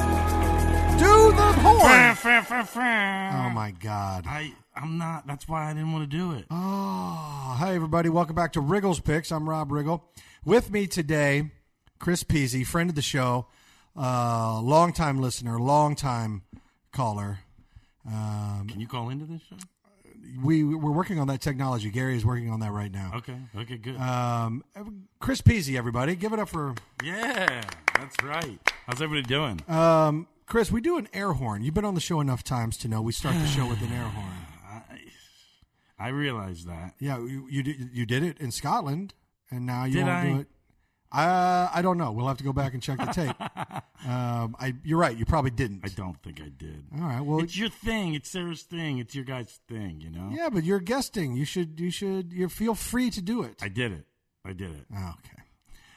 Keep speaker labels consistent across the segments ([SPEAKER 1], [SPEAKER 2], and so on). [SPEAKER 1] Do the horn.
[SPEAKER 2] I,
[SPEAKER 1] Oh my God.
[SPEAKER 2] I'm not. That's why I didn't want to do it.
[SPEAKER 1] Oh, hi everybody. Welcome back to Wriggles Picks. I'm Rob Riggle. With me today, Chris Peasy, friend of the show, uh, longtime listener, longtime caller. Um,
[SPEAKER 2] Can you call into this show?
[SPEAKER 1] we we're working on that technology. Gary is working on that right now.
[SPEAKER 2] Okay. Okay. Good.
[SPEAKER 1] Um, Chris Peasy, everybody, give it up for
[SPEAKER 2] yeah. That's right. How's everybody doing?
[SPEAKER 1] um, Chris. We do an air horn. You've been on the show enough times to know we start the show with an air horn.
[SPEAKER 2] I, I realize that.
[SPEAKER 1] Yeah, you you did, you did it in Scotland, and now you
[SPEAKER 2] Did
[SPEAKER 1] won't do
[SPEAKER 2] I?
[SPEAKER 1] it. Uh, I don't know. We'll have to go back and check the tape. um, I, you're right. You probably didn't.
[SPEAKER 2] I don't think I did.
[SPEAKER 1] All right. Well,
[SPEAKER 2] It's your thing. It's Sarah's thing. It's your guy's thing. You know.
[SPEAKER 1] yeah, but you're guesting. You should. You should. You feel free to do it. Oh,
[SPEAKER 2] I did it. I did it.
[SPEAKER 1] okay.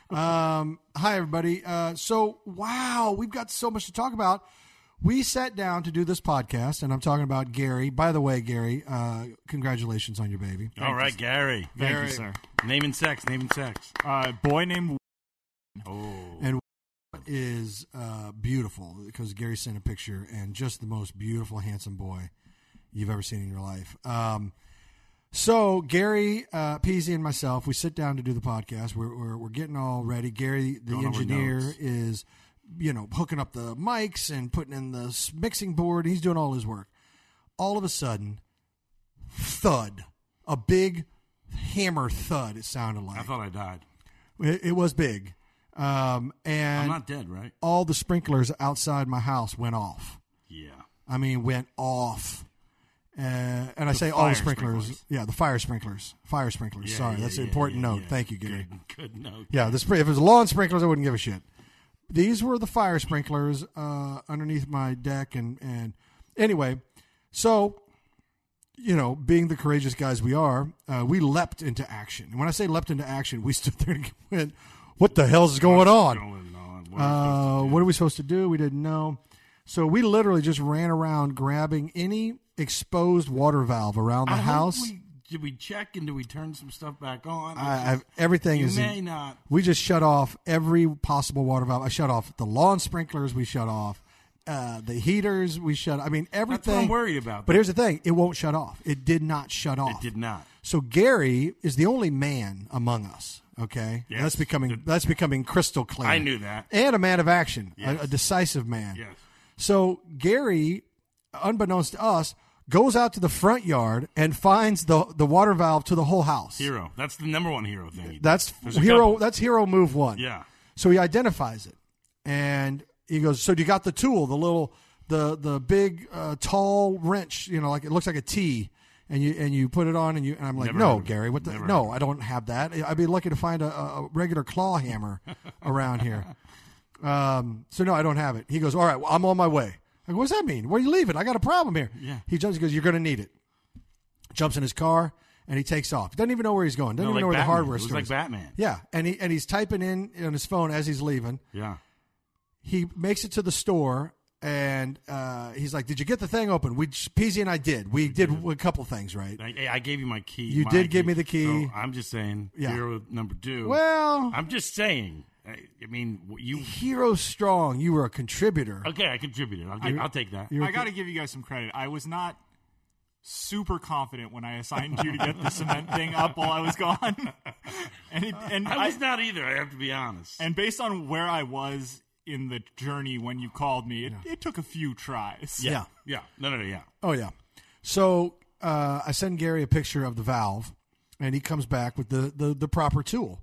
[SPEAKER 1] Um, hi everybody. Uh, so wow, we've got so much to talk about. We sat down to do this podcast, and I'm talking about Gary. By the way, Gary, uh, congratulations on your baby.
[SPEAKER 2] All right, Gary.
[SPEAKER 3] Thank
[SPEAKER 1] Very-
[SPEAKER 3] you, sir.
[SPEAKER 2] Name and sex. Name and sex.
[SPEAKER 3] Uh, boy named
[SPEAKER 2] Oh.
[SPEAKER 1] And is uh, beautiful because Gary sent a picture and just the most beautiful, handsome boy you've ever seen in your life. Um, so Gary uh, Peasy and myself, we sit down to do the podcast. We're we're, we're getting all ready. Gary, the
[SPEAKER 2] Going over
[SPEAKER 1] engineer,
[SPEAKER 2] notes.
[SPEAKER 1] is you know hooking up the mics and putting in the s- mixing board. He's doing all his work. All of a sudden, thud! A big hammer thud. It sounded
[SPEAKER 2] I
[SPEAKER 1] like
[SPEAKER 2] thought I died.
[SPEAKER 1] it, it was big. Um, and
[SPEAKER 2] I'm not dead, right?
[SPEAKER 1] all the sprinklers outside my house went off.
[SPEAKER 2] Yeah.
[SPEAKER 1] I mean, went off. Uh, and I say all
[SPEAKER 2] fire
[SPEAKER 1] the sprinklers.
[SPEAKER 2] sprinklers.
[SPEAKER 1] Yeah, the fire sprinklers. Fire sprinklers.
[SPEAKER 2] Yeah,
[SPEAKER 1] Sorry,
[SPEAKER 2] yeah,
[SPEAKER 1] that's an
[SPEAKER 2] yeah,
[SPEAKER 1] important
[SPEAKER 2] yeah,
[SPEAKER 1] note.
[SPEAKER 2] yeah.
[SPEAKER 1] Thank you, Gary.
[SPEAKER 2] Good, good note.
[SPEAKER 1] Yeah, the spr- if it was lawn sprinklers, I wouldn't give a shit. These were the fire sprinklers uh, underneath my deck, and and anyway, so you know, being the courageous guys we are, uh, we leapt into action. And when I say leapt into action, we stood there and went, "What the hell's going on?"
[SPEAKER 2] Going on. What are
[SPEAKER 1] Uh, what are we supposed to do? We didn't know. So we literally just ran around grabbing any exposed water valve around the
[SPEAKER 2] I hope
[SPEAKER 1] house.
[SPEAKER 2] We, did we check and did we turn some stuff back on?
[SPEAKER 1] I, I've, everything
[SPEAKER 2] you
[SPEAKER 1] is.
[SPEAKER 2] may not.
[SPEAKER 1] we just shut off every possible water valve. I shut off the lawn sprinklers. We shut off uh, the heaters. We shut. I mean everything.
[SPEAKER 2] That's what I'm worried about.
[SPEAKER 1] But here's the thing: it won't shut off. It did not shut off.
[SPEAKER 2] it did not.
[SPEAKER 1] So Gary is the only man among us. Okay,
[SPEAKER 2] Yes.
[SPEAKER 1] that's becoming that's becoming crystal clear.
[SPEAKER 2] I knew that.
[SPEAKER 1] and a man of action, a,
[SPEAKER 2] Yes.
[SPEAKER 1] a decisive man.
[SPEAKER 2] Yes.
[SPEAKER 1] So Gary, unbeknownst to us, goes out to the front yard and finds the the water valve to the whole house.
[SPEAKER 2] Hero. That's the number one hero thing. he did.
[SPEAKER 1] That's
[SPEAKER 2] There's a
[SPEAKER 1] hero.
[SPEAKER 2] couple.
[SPEAKER 1] That's hero move one.
[SPEAKER 2] Yeah.
[SPEAKER 1] So he identifies it, and he goes. So you got the tool, the little, the the big, uh, tall wrench. You know, like it looks like a T, and you and you put it on, and you. And I'm like,
[SPEAKER 2] Never heard
[SPEAKER 1] no,
[SPEAKER 2] of it.
[SPEAKER 1] Gary, what the?
[SPEAKER 2] Never
[SPEAKER 1] no, I don't have that. I'd be lucky to find a, a a regular claw hammer around here. Um, so no, I don't have it. He goes, all right, well, I'm on my way. I go, what's that mean? Where are you leaving? I got a problem here.
[SPEAKER 2] Yeah.
[SPEAKER 1] He jumps. He goes, you're going to need it. Jumps in his car and he takes off. Doesn't even know where he's going. Doesn't
[SPEAKER 2] No,
[SPEAKER 1] even
[SPEAKER 2] like
[SPEAKER 1] know where
[SPEAKER 2] Batman.
[SPEAKER 1] the hardware
[SPEAKER 2] It was
[SPEAKER 1] store
[SPEAKER 2] like
[SPEAKER 1] is.
[SPEAKER 2] Batman.
[SPEAKER 1] Yeah, and he and he's typing in on his phone as he's leaving.
[SPEAKER 2] Yeah.
[SPEAKER 1] He makes it to the store, and uh, he's like, "Did you get the thing open?" We Peasy and I did. We did a couple things right.
[SPEAKER 2] Like, hey, I gave you my key.
[SPEAKER 1] You
[SPEAKER 2] my
[SPEAKER 1] did give me the key.
[SPEAKER 2] So I'm just saying.
[SPEAKER 1] Yeah.
[SPEAKER 2] Hero number two.
[SPEAKER 1] Well,
[SPEAKER 2] I'm just saying. I, I mean, you.
[SPEAKER 1] hero strong. You were a contributor.
[SPEAKER 2] Okay, I contributed. I'll, give, I'll take that.
[SPEAKER 1] You're
[SPEAKER 3] I got to give you guys some credit. I was not super confident when I assigned you to get the cement thing up while I was gone, and it, and
[SPEAKER 2] I
[SPEAKER 3] I,
[SPEAKER 2] was not either. I have to be honest.
[SPEAKER 3] and based on where I was in the journey when you called me, it, it took a few tries.
[SPEAKER 1] yeah.
[SPEAKER 2] yeah. No, no, no, yeah.
[SPEAKER 1] Oh yeah. So uh, I send Gary a picture of the valve, and he comes back with the the, the proper tool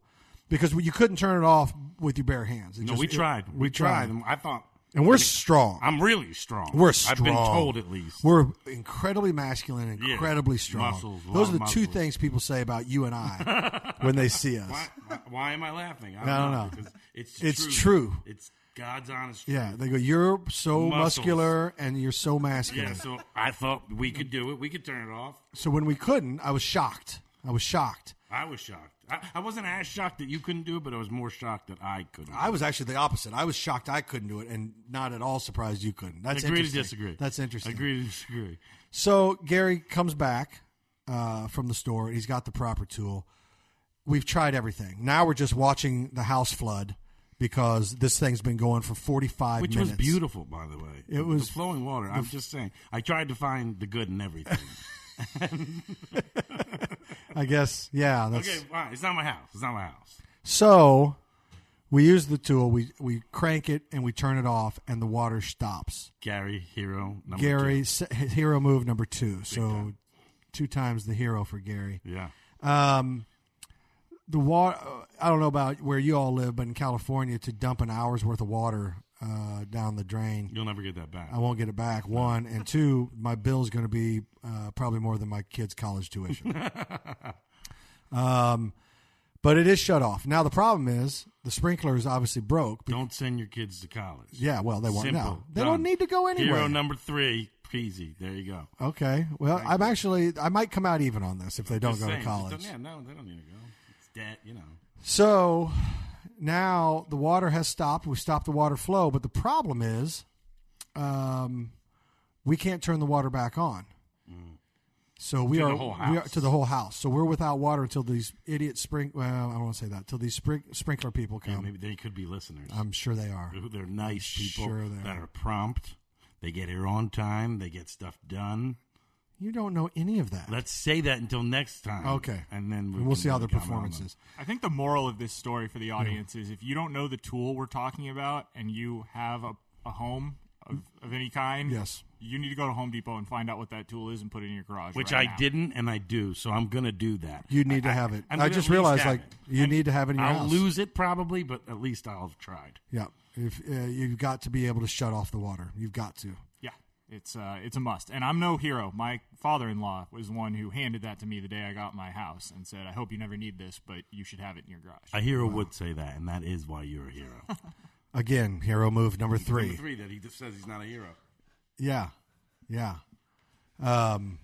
[SPEAKER 1] because you couldn't turn it off with your bare hands. It
[SPEAKER 2] No,
[SPEAKER 1] just-
[SPEAKER 2] we
[SPEAKER 1] it-
[SPEAKER 2] tried. we tried. And I thought
[SPEAKER 1] and we're strong.
[SPEAKER 2] I'm really strong.
[SPEAKER 1] We're strong.
[SPEAKER 2] I've been told at least.
[SPEAKER 1] We're incredibly masculine, and
[SPEAKER 2] Yeah.
[SPEAKER 1] incredibly strong.
[SPEAKER 2] Muscles, a lot
[SPEAKER 1] Those are
[SPEAKER 2] of
[SPEAKER 1] the two
[SPEAKER 2] muscles.
[SPEAKER 1] things people say about you and I when they see us.
[SPEAKER 2] Why, why- why am I laughing? I don't,
[SPEAKER 1] I don't know.
[SPEAKER 2] because It's the
[SPEAKER 1] It's
[SPEAKER 2] truth.
[SPEAKER 1] true.
[SPEAKER 2] It's God's honest truth.
[SPEAKER 1] Yeah, they go. You're so
[SPEAKER 2] Muscles.
[SPEAKER 1] muscular, and you're so masculine.
[SPEAKER 2] Yeah, so I thought we could do it. We could turn it off.
[SPEAKER 1] So when we couldn't, I was shocked. I was shocked.
[SPEAKER 2] I was shocked. I, I wasn't as shocked that you couldn't do it, but I was more shocked that I couldn't.
[SPEAKER 1] I was actually the opposite. I was shocked I couldn't do it, and not at all surprised you couldn't. That's
[SPEAKER 2] agree to
[SPEAKER 1] interesting.
[SPEAKER 2] disagree.
[SPEAKER 1] That's interesting.
[SPEAKER 2] Agree to disagree.
[SPEAKER 1] So Gary comes back uh, from the store. and He's got the proper tool. We've tried everything. Now we're just watching the house flood because this thing's been going for 45
[SPEAKER 2] Which
[SPEAKER 1] minutes.
[SPEAKER 2] was beautiful, by the way. It
[SPEAKER 1] was-
[SPEAKER 2] the flowing water. I'm just saying. I tried to find the good in everything.
[SPEAKER 1] I guess, yeah. That's,
[SPEAKER 2] okay, fine. It's not my house. It's not my house.
[SPEAKER 1] So we use the tool. We we crank it and we turn it off, and the water stops.
[SPEAKER 2] Gary, hero number
[SPEAKER 1] Gary s hero move number two. So two times the hero for Gary.
[SPEAKER 2] two. Yeah.
[SPEAKER 1] the water. I don't know about where you all live, but in California, to dump an hour's worth of water uh, down the drain,
[SPEAKER 2] You'll never get that back.
[SPEAKER 1] I won't get it back. One and two, my bill's going to be uh, probably more than my kids' college tuition. um, but it is shut off now. The problem is the sprinkler is obviously broke. Be-
[SPEAKER 2] Don't send your kids to college.
[SPEAKER 1] yeah, well, they won't
[SPEAKER 2] Simple.
[SPEAKER 1] now. They
[SPEAKER 2] Done.
[SPEAKER 1] don't need to go
[SPEAKER 2] Hero
[SPEAKER 1] anywhere.
[SPEAKER 2] number three, peasy. There you go.
[SPEAKER 1] okay. Well, I'm actually I might come out even on this if they don't
[SPEAKER 2] Just
[SPEAKER 1] go to
[SPEAKER 2] saying. Just
[SPEAKER 1] college.
[SPEAKER 2] don't- Yeah, no, they don't need to go. It's debt, you know.
[SPEAKER 1] So now the water has stopped. We stopped the water flow, but the problem is um, we can't turn the water back on. So we
[SPEAKER 2] Mm. To the
[SPEAKER 1] are,
[SPEAKER 2] whole
[SPEAKER 1] we are
[SPEAKER 2] house.
[SPEAKER 1] to the whole house. So we're without water until these idiot spring. Well, I won't say that. Till these spring, sprinkler people come.
[SPEAKER 2] Maybe Mm. they could be listeners.
[SPEAKER 1] I'm sure they are.
[SPEAKER 2] who- they're nice people
[SPEAKER 1] Sure they
[SPEAKER 2] that
[SPEAKER 1] are.
[SPEAKER 2] are prompt. They get here on time. They get stuff done.
[SPEAKER 1] You don't know any of that.
[SPEAKER 2] Let's say that until next time.
[SPEAKER 1] Okay.
[SPEAKER 2] and then we
[SPEAKER 1] and we'll
[SPEAKER 2] can
[SPEAKER 1] see how
[SPEAKER 2] really
[SPEAKER 1] their
[SPEAKER 2] comment on
[SPEAKER 1] performance
[SPEAKER 2] them.
[SPEAKER 1] is.
[SPEAKER 3] I think the moral of this story for the audience is if you don't know the tool we're talking about and you have a, a home of, of any kind,
[SPEAKER 1] Yes.
[SPEAKER 3] you need to go to Home Depot and find out what that tool is and put it in your garage.
[SPEAKER 2] Which
[SPEAKER 3] right
[SPEAKER 2] I
[SPEAKER 3] now.
[SPEAKER 2] didn't, and I do. So I'm gonna do that.
[SPEAKER 1] You need to have it.
[SPEAKER 2] I'm
[SPEAKER 1] I
[SPEAKER 2] gonna
[SPEAKER 1] just
[SPEAKER 2] at least
[SPEAKER 1] realized,
[SPEAKER 2] have
[SPEAKER 1] like,
[SPEAKER 2] it.
[SPEAKER 1] you need to have it in your
[SPEAKER 2] I'll
[SPEAKER 1] house.
[SPEAKER 2] lose it probably, but at least I'll have tried.
[SPEAKER 1] Yeah. If uh, you've got to be able to shut off the water, you've got to.
[SPEAKER 3] Yeah, it's uh, it's a must. And I'm no hero. My father-in-law was the one who handed that to me the day I got my house and said, "I hope you never need this, but you should have it in your garage."
[SPEAKER 2] A hero would say that, and that is why you're a hero.
[SPEAKER 1] Again, hero move number three.
[SPEAKER 2] Three that he just says he's not a hero.
[SPEAKER 1] Yeah, yeah. Um,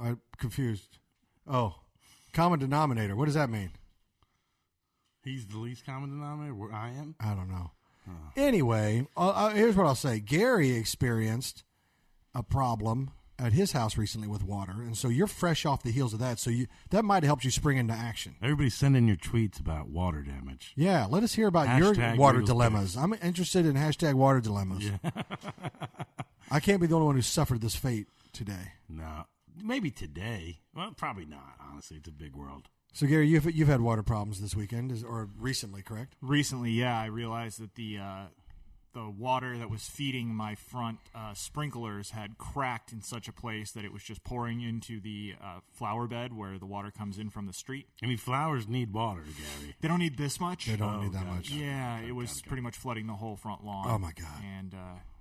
[SPEAKER 1] I'm confused. Oh, common denominator. What does that mean?
[SPEAKER 2] He's the least common denominator. Where I am.
[SPEAKER 1] I don't know. Anyway, uh, uh, here's what I'll say. Gary experienced a problem at his house recently with water, and so you're fresh off the heels of that. So you that might have helped you spring into action.
[SPEAKER 2] Everybody send in your tweets about water damage.
[SPEAKER 1] Yeah, let us hear about your
[SPEAKER 2] Hashtag
[SPEAKER 1] water
[SPEAKER 2] Reels
[SPEAKER 1] dilemmas. I'm interested in hashtag water dilemmas. I can't be the only one who suffered this fate today.
[SPEAKER 2] No, maybe today. Well, probably not. Honestly, it's a big world.
[SPEAKER 1] So Gary, you've you've had water problems this weekend is, or recently, correct?
[SPEAKER 3] Recently, yeah, I realized that the uh, the water that was feeding my front uh, sprinklers had cracked in such a place that it was just pouring into the uh, flower bed where the water comes in from the street.
[SPEAKER 2] I mean, flowers need water, Gary.
[SPEAKER 3] They don't need this much.
[SPEAKER 1] They don't need that much.
[SPEAKER 3] Yeah, it was pretty much flooding the whole front lawn.
[SPEAKER 1] Oh, my God.
[SPEAKER 3] And uh,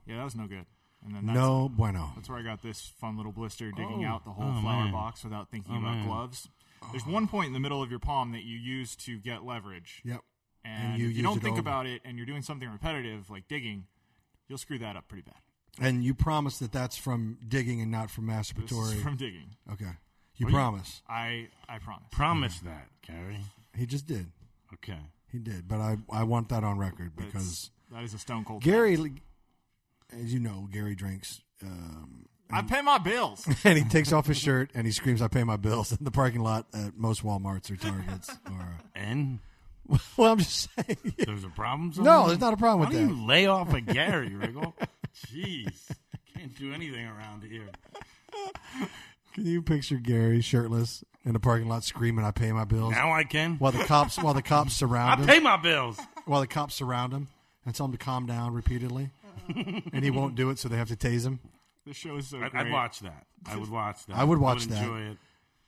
[SPEAKER 3] yeah, that was no good. And then that's,
[SPEAKER 1] No bueno.
[SPEAKER 3] That's where I got this fun little blister digging
[SPEAKER 2] Oh.
[SPEAKER 3] out the whole
[SPEAKER 2] Oh,
[SPEAKER 3] flower
[SPEAKER 2] man.
[SPEAKER 3] box without thinking
[SPEAKER 1] Oh,
[SPEAKER 3] about gloves. There's one point in the middle of your palm that you use to get leverage.
[SPEAKER 1] Yep.
[SPEAKER 3] And,
[SPEAKER 1] you
[SPEAKER 3] if you
[SPEAKER 1] use
[SPEAKER 3] don't
[SPEAKER 1] it
[SPEAKER 3] think
[SPEAKER 1] over.
[SPEAKER 3] about it and you're doing something repetitive like digging, you'll screw that up pretty bad.
[SPEAKER 1] And you promise that that's from digging and not from
[SPEAKER 3] This is
[SPEAKER 1] masturbatory.
[SPEAKER 3] from digging.
[SPEAKER 1] okay. You promise.
[SPEAKER 3] I I promise.
[SPEAKER 2] Promise that, Gary.
[SPEAKER 1] He just did.
[SPEAKER 2] Okay.
[SPEAKER 1] He did. But I I want that on record
[SPEAKER 3] That's-
[SPEAKER 1] because
[SPEAKER 3] that is a stone cold.
[SPEAKER 1] Gary, as you know, Gary drinks. Um,
[SPEAKER 3] I pay my bills.
[SPEAKER 1] and he takes off his shirt and he screams, "I pay my bills!" in the parking lot at most WalMarts or Targets. Or
[SPEAKER 2] And
[SPEAKER 1] well, I'm just saying.
[SPEAKER 2] there's a problem.
[SPEAKER 1] No, there's not a problem
[SPEAKER 2] Why
[SPEAKER 1] with
[SPEAKER 2] do
[SPEAKER 1] that.
[SPEAKER 2] you lay off a Gary, Riggle? Jeez, can't do anything around here.
[SPEAKER 1] Can you picture Gary shirtless in the parking lot screaming, "I pay my bills"?
[SPEAKER 2] Now I can.
[SPEAKER 1] While the cops, while the cops
[SPEAKER 2] I
[SPEAKER 1] surround him,
[SPEAKER 2] pay my bills.
[SPEAKER 1] while the cops surround him and tell him to calm down repeatedly, and he won't do it, so they have to tase him.
[SPEAKER 3] this show is so
[SPEAKER 2] I'd,
[SPEAKER 3] great.
[SPEAKER 2] I'd watch that. I would watch that.
[SPEAKER 1] I would watch that.
[SPEAKER 2] Enjoy it.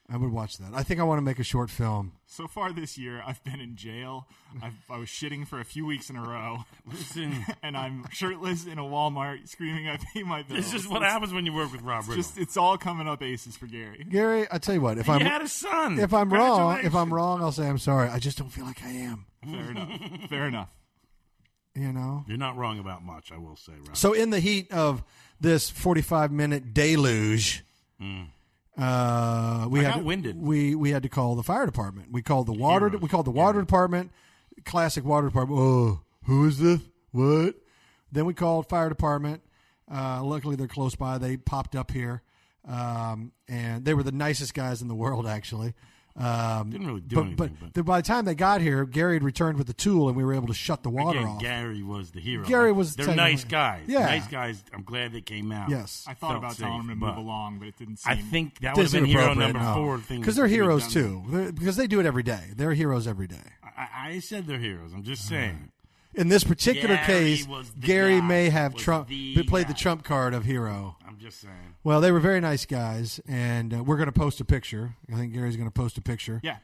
[SPEAKER 1] I would watch that. I think I want to make a short film.
[SPEAKER 3] So far this year, I've been in jail. I've, I was shitting for a few weeks in a row,
[SPEAKER 2] Listen,
[SPEAKER 3] and I'm shirtless in a Walmart screaming, "I pay my bills."
[SPEAKER 2] this is what happens when you work with Rob Riddle.
[SPEAKER 3] Just it's all coming up aces for Gary.
[SPEAKER 1] Gary, I tell you what, if
[SPEAKER 2] you
[SPEAKER 1] I'm
[SPEAKER 2] had a son.
[SPEAKER 1] if I'm wrong, if I'm wrong, I'll say I'm sorry. I just don't feel like I am.
[SPEAKER 3] Fair enough. Fair enough.
[SPEAKER 1] You know.
[SPEAKER 2] You're not wrong about much, I will say, Rob.
[SPEAKER 1] So in the heat of this 45 minute deluge, uh, we
[SPEAKER 2] I
[SPEAKER 1] had
[SPEAKER 2] got
[SPEAKER 1] to,
[SPEAKER 2] winded.
[SPEAKER 1] We we had to call the fire department. We called the water.
[SPEAKER 2] Heroes.
[SPEAKER 1] We called the water department. Classic water department. Oh, who is this? What? Then we called fire department. Uh, luckily, they're close by. They popped up here, um, and they were the nicest guys in the world. Actually, um,
[SPEAKER 2] Didn't really do
[SPEAKER 1] but,
[SPEAKER 2] anything,
[SPEAKER 1] but,
[SPEAKER 2] but-
[SPEAKER 1] the- by the time they got here, Gary had returned with the tool, and we were able to shut the water
[SPEAKER 2] Again,
[SPEAKER 1] off.
[SPEAKER 2] Gary was the hero.
[SPEAKER 1] Gary was
[SPEAKER 2] They're
[SPEAKER 1] technically-
[SPEAKER 2] nice guys.
[SPEAKER 1] Yeah.
[SPEAKER 2] Nice guys. I'm glad they came out.
[SPEAKER 1] Yes.
[SPEAKER 3] I thought
[SPEAKER 2] Felt
[SPEAKER 3] about
[SPEAKER 2] safe,
[SPEAKER 3] telling him to move
[SPEAKER 2] but
[SPEAKER 3] along, but it didn't seem.
[SPEAKER 2] I think that would have been hero number four thing.
[SPEAKER 1] because
[SPEAKER 2] that
[SPEAKER 1] they're
[SPEAKER 2] could have
[SPEAKER 1] heroes
[SPEAKER 2] done.
[SPEAKER 1] too. They're- because they do it every day. They're heroes every day.
[SPEAKER 2] I, I said they're heroes. I'm just saying.
[SPEAKER 1] In this particular
[SPEAKER 2] Gary
[SPEAKER 1] case,
[SPEAKER 2] was the
[SPEAKER 1] Gary
[SPEAKER 2] guy.
[SPEAKER 1] may have
[SPEAKER 2] Was
[SPEAKER 1] Trump
[SPEAKER 2] the
[SPEAKER 1] but played the
[SPEAKER 2] guy.
[SPEAKER 1] Trump card of hero.
[SPEAKER 2] I'm just saying.
[SPEAKER 1] Well, they were very nice guys, and uh, we're going to post a picture. I think Gary's going to post a picture.
[SPEAKER 3] Yeah.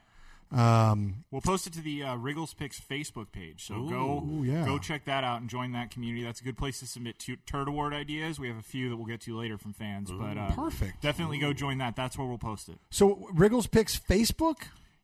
[SPEAKER 1] Um,
[SPEAKER 3] We'll post it to the uh, Wriggles Picks Facebook page. So
[SPEAKER 1] Ooh,
[SPEAKER 3] go
[SPEAKER 1] yeah.
[SPEAKER 3] go check that out and join that community. That's a good place to submit tu- turd award ideas. We have a few that we'll get to later from fans, but uh,
[SPEAKER 1] perfect.
[SPEAKER 3] Definitely go join that. That's where we'll post it.
[SPEAKER 1] so Wriggles picks Facebook.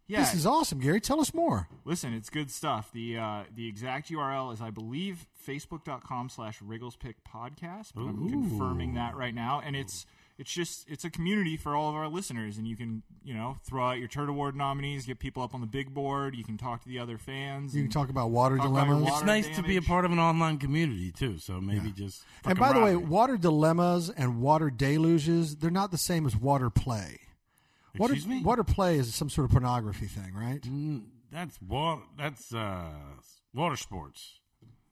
[SPEAKER 3] Yeah.
[SPEAKER 1] This is awesome, Gary. Tell us more.
[SPEAKER 3] Listen, it's good stuff. The uh, the exact URL is, I believe, facebook.com slash wrigglespickpodcast. But I'm confirming that right now. And it's it's just it's a community for all of our listeners. And you can, you know, throw out your Turd Award nominees, get people up on the big board. You can talk to the other fans.
[SPEAKER 1] You can
[SPEAKER 3] and
[SPEAKER 1] talk about water
[SPEAKER 3] Talk about your
[SPEAKER 1] dilemmas.
[SPEAKER 3] water
[SPEAKER 2] It's nice to be a
[SPEAKER 3] damage.
[SPEAKER 2] part of an online community too. So maybe just
[SPEAKER 1] and
[SPEAKER 2] fucking
[SPEAKER 1] by the way,
[SPEAKER 2] Rob it.
[SPEAKER 1] water dilemmas and water deluges—they're not the same as water play. Water,
[SPEAKER 2] Excuse me?
[SPEAKER 1] water play is some sort of pornography thing, right?
[SPEAKER 2] Mm, that's water. That's uh, water sports.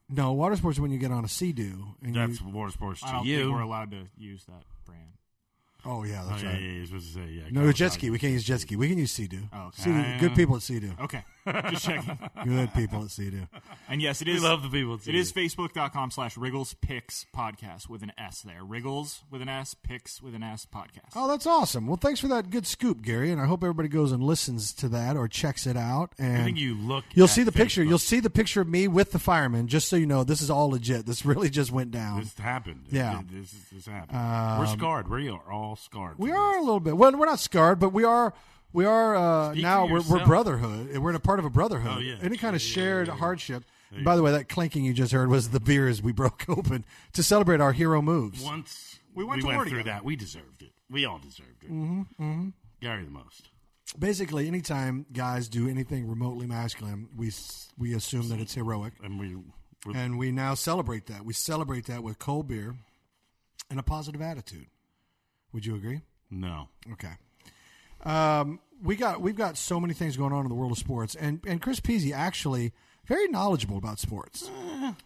[SPEAKER 1] No, water sports is when you get on a sea do. And
[SPEAKER 2] That's
[SPEAKER 1] you,
[SPEAKER 2] water sports
[SPEAKER 3] I
[SPEAKER 2] to
[SPEAKER 3] don't think
[SPEAKER 2] you.
[SPEAKER 3] we're allowed to use that brand.
[SPEAKER 1] oh yeah,
[SPEAKER 2] Oh,
[SPEAKER 1] that's
[SPEAKER 2] yeah,
[SPEAKER 1] right.
[SPEAKER 2] yeah, Oh, you're supposed to say yeah.
[SPEAKER 1] No
[SPEAKER 2] Kawasaki.
[SPEAKER 1] jet ski. We can't use jet ski. We can use sea do.
[SPEAKER 3] Oh, okay.
[SPEAKER 1] Good people at sea do.
[SPEAKER 3] Okay. Just checking.
[SPEAKER 1] Good people at sea do.
[SPEAKER 3] And yes, it
[SPEAKER 2] We
[SPEAKER 3] is
[SPEAKER 2] love the people.
[SPEAKER 3] It is facebook.com slash wriggles picks podcast with an S there. Wriggles with an S, picks with an S podcast.
[SPEAKER 1] Oh, that's awesome. Well, thanks for that good scoop, Gary. And I hope everybody goes and listens to that or checks it out.
[SPEAKER 2] I
[SPEAKER 1] And
[SPEAKER 2] think you look.
[SPEAKER 1] will
[SPEAKER 2] at
[SPEAKER 1] see the picture.
[SPEAKER 2] Facebook.
[SPEAKER 1] You'll see the picture of me with the fireman. Just so you know, this is all legit. This really just went down.
[SPEAKER 2] This happened.
[SPEAKER 1] Yeah. Um,
[SPEAKER 2] This, this, this happened. we're scarred. We are all scarred.
[SPEAKER 1] we
[SPEAKER 2] from
[SPEAKER 1] are
[SPEAKER 2] this.
[SPEAKER 1] a little bit. Well, we're not scarred, but we are. We are uh,
[SPEAKER 2] Speak
[SPEAKER 1] now.
[SPEAKER 2] for
[SPEAKER 1] We're, we're
[SPEAKER 2] yourself.
[SPEAKER 1] brotherhood. We're in a part of a brotherhood.
[SPEAKER 2] Oh, yeah.
[SPEAKER 1] Any kind of
[SPEAKER 2] Yeah, yeah,
[SPEAKER 1] shared
[SPEAKER 2] yeah, yeah.
[SPEAKER 1] hardship. By the way, that clinking you just heard was the beers we broke open to celebrate our hero moves.
[SPEAKER 2] Once
[SPEAKER 3] We went to
[SPEAKER 2] went
[SPEAKER 3] war
[SPEAKER 2] through
[SPEAKER 3] together.
[SPEAKER 2] that, we deserved it. We all deserved it.
[SPEAKER 1] Mm-hmm,
[SPEAKER 2] Gary the most.
[SPEAKER 1] Basically, anytime guys do anything remotely masculine, we s- we assume that it's heroic,
[SPEAKER 2] And we were
[SPEAKER 1] and we now celebrate that. We celebrate that with cold beer and a positive attitude. Would you agree?
[SPEAKER 2] no.
[SPEAKER 1] Okay. Um, we got we've got so many things going on in the world of sports, and and Chris Pizzi actually very knowledgeable about sports.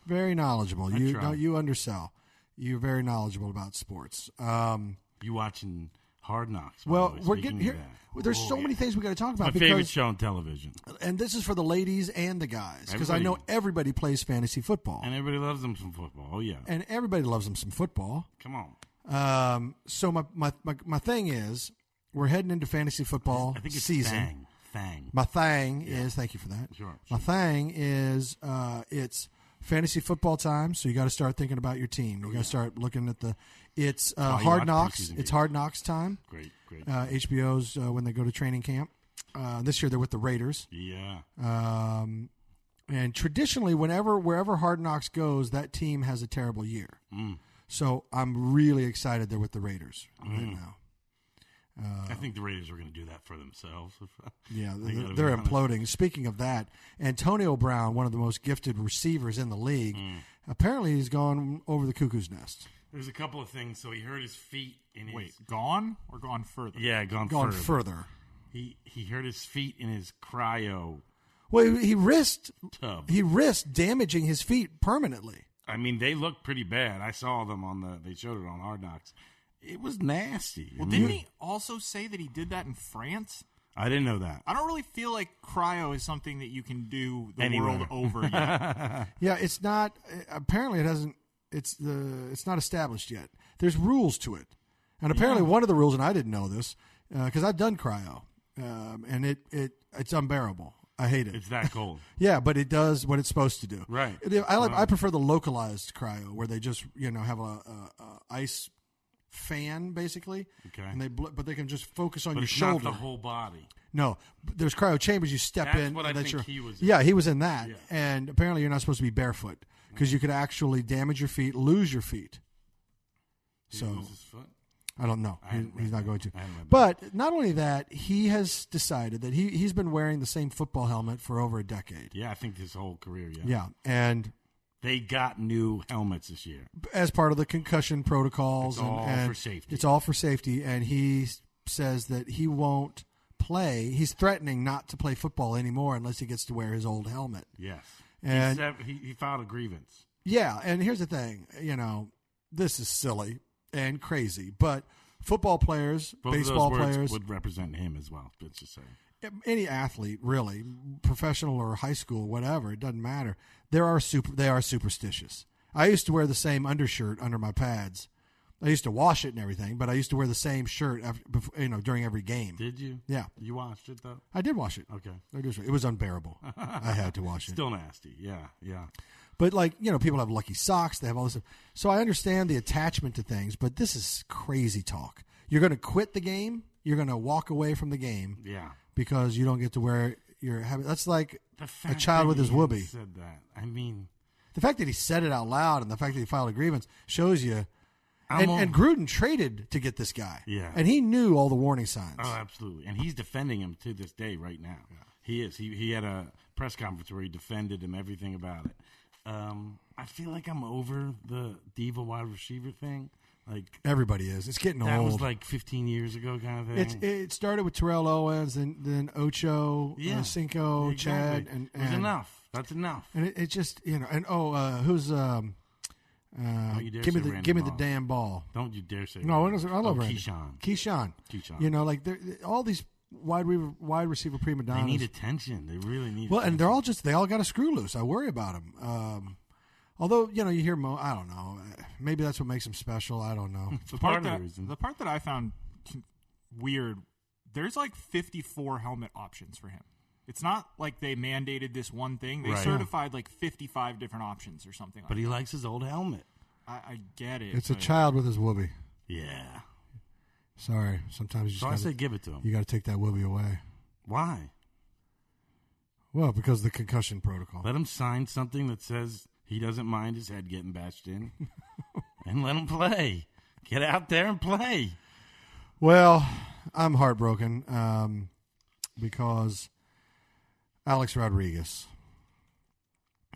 [SPEAKER 1] Very knowledgeable. you
[SPEAKER 2] Eh. try.
[SPEAKER 1] don't you undersell. You're very knowledgeable about sports. Um,
[SPEAKER 2] You watching Hard Knocks? by
[SPEAKER 1] well,
[SPEAKER 2] the way,
[SPEAKER 1] we're getting
[SPEAKER 2] speaking of
[SPEAKER 1] here.
[SPEAKER 2] Oh, that. Oh,
[SPEAKER 1] There's so many things we got to talk about.
[SPEAKER 2] My
[SPEAKER 1] because,
[SPEAKER 2] favorite show on television,
[SPEAKER 1] and this is for the ladies and the guys because I
[SPEAKER 2] Everybody.
[SPEAKER 1] know everybody plays fantasy football
[SPEAKER 2] and everybody loves them some football. Oh yeah,
[SPEAKER 1] and everybody loves them some football.
[SPEAKER 2] come on.
[SPEAKER 1] Um, so my, my my my thing is we're heading into fantasy football
[SPEAKER 2] I think it's
[SPEAKER 1] season.
[SPEAKER 2] Fang. Fang.
[SPEAKER 1] My thing is thank you for that.
[SPEAKER 2] Sure,
[SPEAKER 1] My thing is uh, it's fantasy football time, so you got to start thinking about your team. You got to start looking at the it's uh,
[SPEAKER 2] why Oh, you
[SPEAKER 1] hard
[SPEAKER 2] watch
[SPEAKER 1] knocks.
[SPEAKER 2] preseason
[SPEAKER 1] It's
[SPEAKER 2] games.
[SPEAKER 1] hard knocks time.
[SPEAKER 2] Great, great.
[SPEAKER 1] Uh, HBO's uh, when they go to training camp. Uh, this year they're with the Raiders.
[SPEAKER 2] yeah,
[SPEAKER 1] Um, and traditionally, whenever wherever Hard Knocks goes, that team has a terrible year.
[SPEAKER 2] Mm.
[SPEAKER 1] So I'm really excited they're with the Raiders
[SPEAKER 2] Mm.
[SPEAKER 1] right now.
[SPEAKER 2] I think the Raiders are going to do that for themselves.
[SPEAKER 1] Yeah,
[SPEAKER 2] I gotta
[SPEAKER 1] they're,
[SPEAKER 2] be
[SPEAKER 1] they're
[SPEAKER 2] honest.
[SPEAKER 1] imploding. Speaking of that, Antonio Brown, one of the most gifted receivers in the league,
[SPEAKER 2] Mm.
[SPEAKER 1] apparently he's gone over the cuckoo's nest.
[SPEAKER 2] There's a couple of things. So he hurt his feet in his.
[SPEAKER 3] Wait, gone or gone further?
[SPEAKER 2] Yeah, gone,
[SPEAKER 1] Gone
[SPEAKER 2] further.
[SPEAKER 1] further.
[SPEAKER 2] He he hurt his feet in his cryo
[SPEAKER 1] Well, he, he risked
[SPEAKER 2] tub.
[SPEAKER 1] he risked damaging his feet permanently.
[SPEAKER 2] I mean, they look pretty bad. I saw them on the. They showed it on Hard Knocks. It was nasty.
[SPEAKER 3] Well,
[SPEAKER 2] I
[SPEAKER 3] didn't
[SPEAKER 2] mean,
[SPEAKER 3] he also say that he did that in France?
[SPEAKER 2] I didn't know that.
[SPEAKER 3] I don't really feel like cryo is something that you can do the
[SPEAKER 2] Anywhere.
[SPEAKER 3] world over yet.
[SPEAKER 1] Yeah, it's not. Apparently, it hasn't. It's the. It's not established yet. There's rules to it, and apparently, one of the rules, and I didn't know this because uh, I've done cryo, um, and it it it's unbearable. I hate it.
[SPEAKER 2] It's that cold.
[SPEAKER 1] Yeah, but it does what it's supposed to do.
[SPEAKER 2] Right.
[SPEAKER 1] And I like. I prefer the localized cryo where they just you know have a, a, a ice fan basically.
[SPEAKER 2] Okay.
[SPEAKER 1] And they bl- but they can just focus on
[SPEAKER 2] but
[SPEAKER 1] your
[SPEAKER 2] it's
[SPEAKER 1] shoulder.
[SPEAKER 2] not the whole body.
[SPEAKER 1] no, there's cryo chambers. You step
[SPEAKER 2] That's
[SPEAKER 1] in.
[SPEAKER 2] what
[SPEAKER 1] and
[SPEAKER 2] I
[SPEAKER 1] that's
[SPEAKER 2] think
[SPEAKER 1] your-
[SPEAKER 2] he was in.
[SPEAKER 1] Yeah, he was in that. And apparently, you're not supposed to be barefoot because you could actually damage your feet, lose your feet.
[SPEAKER 2] Did
[SPEAKER 1] So
[SPEAKER 2] he lose his foot?
[SPEAKER 1] I don't know. He-
[SPEAKER 2] haven't read
[SPEAKER 1] he's not
[SPEAKER 2] that.
[SPEAKER 1] going to.
[SPEAKER 2] I haven't read
[SPEAKER 1] But not only that, he has decided that he he's been wearing the same football helmet for over a decade.
[SPEAKER 2] Yeah, I think his whole career. Yeah.
[SPEAKER 1] Yeah, and
[SPEAKER 2] They got new helmets this year.
[SPEAKER 1] as part of the concussion protocols,
[SPEAKER 2] It's
[SPEAKER 1] and,
[SPEAKER 2] all
[SPEAKER 1] and
[SPEAKER 2] for safety.
[SPEAKER 1] It's all for safety, and he s- says that he won't play. He's threatening not to play football anymore unless he gets to wear his old helmet.
[SPEAKER 2] Yes.
[SPEAKER 1] And-
[SPEAKER 2] he, said- he, he filed a grievance.
[SPEAKER 1] Yeah, and here's the thing, you know, this is silly and crazy, but football players,
[SPEAKER 2] Both
[SPEAKER 1] baseball
[SPEAKER 2] of those words
[SPEAKER 1] players,
[SPEAKER 2] would represent him as well. Let's just say.
[SPEAKER 1] any athlete really professional or high school whatever it doesn't matter there are super they are superstitious i used to wear the same undershirt under my pads i used to wash it and everything but i used to wear the same shirt after, before, you know during every game
[SPEAKER 2] Did you?
[SPEAKER 1] yeah
[SPEAKER 2] You watched it though.
[SPEAKER 1] i did wash it
[SPEAKER 2] Okay.
[SPEAKER 1] I just- it was unbearable i had to wash it
[SPEAKER 2] Still nasty. Yeah. Yeah.
[SPEAKER 1] but like you know people have lucky socks they have all this stuff so i understand the attachment to things but this is crazy talk you're going to quit the game you're going to walk away from the game
[SPEAKER 2] Yeah.
[SPEAKER 1] because you don't get to wear your habit. That's like
[SPEAKER 2] The
[SPEAKER 1] a
[SPEAKER 2] fact
[SPEAKER 1] child
[SPEAKER 2] that
[SPEAKER 1] with
[SPEAKER 2] he
[SPEAKER 1] his
[SPEAKER 2] even
[SPEAKER 1] whoopee.
[SPEAKER 2] said that. I mean,
[SPEAKER 1] The fact that he said it out loud and the fact that he filed a grievance shows you.
[SPEAKER 2] I'm
[SPEAKER 1] And,
[SPEAKER 2] all-
[SPEAKER 1] and Gruden traded to get this guy.
[SPEAKER 2] Yeah.
[SPEAKER 1] And he knew all the warning signs.
[SPEAKER 2] Oh, absolutely. And he's defending him to this day right now. He is. He, he had a press conference where he defended him, everything about it. Um, I feel like I'm over the diva wide receiver thing. Like,
[SPEAKER 1] Everybody is. It's getting
[SPEAKER 2] that
[SPEAKER 1] old.
[SPEAKER 2] was like 15 years ago kind of thing.
[SPEAKER 1] it's, it started with Terrell Owens and then Ocho, uh, Cinco,
[SPEAKER 2] Exactly.
[SPEAKER 1] Chad, and,
[SPEAKER 2] It was
[SPEAKER 1] and
[SPEAKER 2] enough. That's enough.
[SPEAKER 1] And it, it just you know and oh uh, who's um uh,
[SPEAKER 2] you dare
[SPEAKER 1] give me
[SPEAKER 2] say
[SPEAKER 1] the
[SPEAKER 2] Randy
[SPEAKER 1] give me the
[SPEAKER 2] Moss.
[SPEAKER 1] damn ball.
[SPEAKER 2] Don't you dare say
[SPEAKER 1] No, I
[SPEAKER 2] Randy.
[SPEAKER 1] don't- I love
[SPEAKER 2] oh,
[SPEAKER 1] Randy.
[SPEAKER 2] Keyshawn.
[SPEAKER 1] Keyshawn.
[SPEAKER 2] Keyshawn.
[SPEAKER 1] You know, like they're, all these wide re- wide receiver prima
[SPEAKER 2] They
[SPEAKER 1] donnas.
[SPEAKER 2] need attention. They really need
[SPEAKER 1] Well,
[SPEAKER 2] attention.
[SPEAKER 1] and they're all just they all got a screw loose. I worry about them. Um, although you know you hear Mo, I don't know. Maybe that's what makes them special. I don't know.
[SPEAKER 2] It's a
[SPEAKER 3] part
[SPEAKER 2] part of
[SPEAKER 3] that,
[SPEAKER 2] the reason.
[SPEAKER 3] the part that I found t- weird, there's like 54 helmet options for him. It's not like they mandated this one thing. They
[SPEAKER 2] Right.
[SPEAKER 3] certified like 55 different options or something.
[SPEAKER 2] but
[SPEAKER 3] like
[SPEAKER 2] he likes his old helmet.
[SPEAKER 3] that. I, I get it.
[SPEAKER 1] it's a
[SPEAKER 3] but-
[SPEAKER 1] child with his whoopee.
[SPEAKER 2] Yeah.
[SPEAKER 1] Sorry, sometimes you just
[SPEAKER 2] So I
[SPEAKER 1] gotta,
[SPEAKER 2] say give it to him.
[SPEAKER 1] you got to take that whoopee away.
[SPEAKER 2] Why?
[SPEAKER 1] Well, because of the concussion protocol.
[SPEAKER 2] Let him sign something that says he doesn't mind his head getting bashed in, and let him play. Get out there and play.
[SPEAKER 1] Well, I'm heartbroken um, because Alex Rodriguez,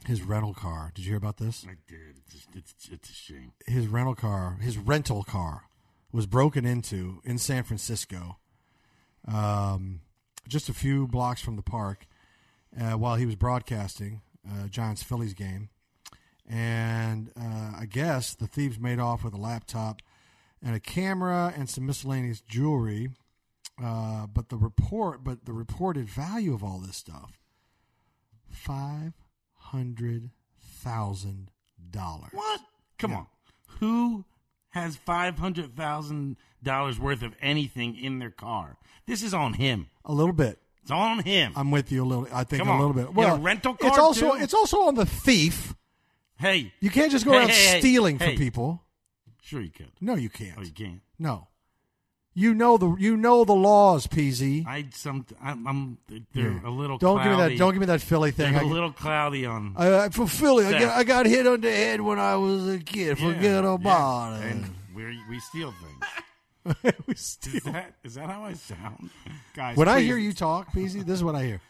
[SPEAKER 1] his rental car. Did you hear about this?
[SPEAKER 2] I did. It's, just, it's, it's a shame.
[SPEAKER 1] his rental car, his rental car, was broken into in San Francisco, um, just a few blocks from the park, uh, while he was broadcasting uh, Giants Phillies game, and uh, I guess the thieves made off with a laptop and a camera and some miscellaneous jewelry. Uh, but the report, but the reported value of all this stuff, five hundred thousand dollars.
[SPEAKER 2] What? Come on. Who has five hundred thousand dollars worth of anything in their car? This is on him.
[SPEAKER 1] A little bit.
[SPEAKER 2] It's on him.
[SPEAKER 1] I'm with you a little. I think
[SPEAKER 2] Come
[SPEAKER 1] a
[SPEAKER 2] on.
[SPEAKER 1] little bit.
[SPEAKER 2] You got a rental car,
[SPEAKER 1] It's also
[SPEAKER 2] too?
[SPEAKER 1] it's also on the thief.
[SPEAKER 2] hey,
[SPEAKER 1] You can't just go
[SPEAKER 2] Hey,
[SPEAKER 1] around
[SPEAKER 2] hey, hey,
[SPEAKER 1] stealing
[SPEAKER 2] hey.
[SPEAKER 1] from people.
[SPEAKER 2] sure you could.
[SPEAKER 1] No, you can't.
[SPEAKER 2] Oh, you can't.
[SPEAKER 1] No, you know the you know the laws, PZ.
[SPEAKER 2] I some. I'm. I'm they're
[SPEAKER 1] Yeah.
[SPEAKER 2] a little.
[SPEAKER 1] Don't
[SPEAKER 2] cloudy.
[SPEAKER 1] give me that. Don't give me that Philly
[SPEAKER 2] They're
[SPEAKER 1] thing.
[SPEAKER 2] a
[SPEAKER 1] I,
[SPEAKER 2] little cloudy on.
[SPEAKER 1] I, I- for Philly, I got,
[SPEAKER 2] Theft.
[SPEAKER 1] I got hit on the head when I was a kid.
[SPEAKER 2] Yeah,
[SPEAKER 1] Forget
[SPEAKER 2] yeah.
[SPEAKER 1] about
[SPEAKER 2] And we we steal things.
[SPEAKER 1] it. We steal.
[SPEAKER 2] Is that is that how I sound?
[SPEAKER 3] Guys,
[SPEAKER 1] When I
[SPEAKER 3] please,
[SPEAKER 1] hear you talk, PZ, this is what I hear.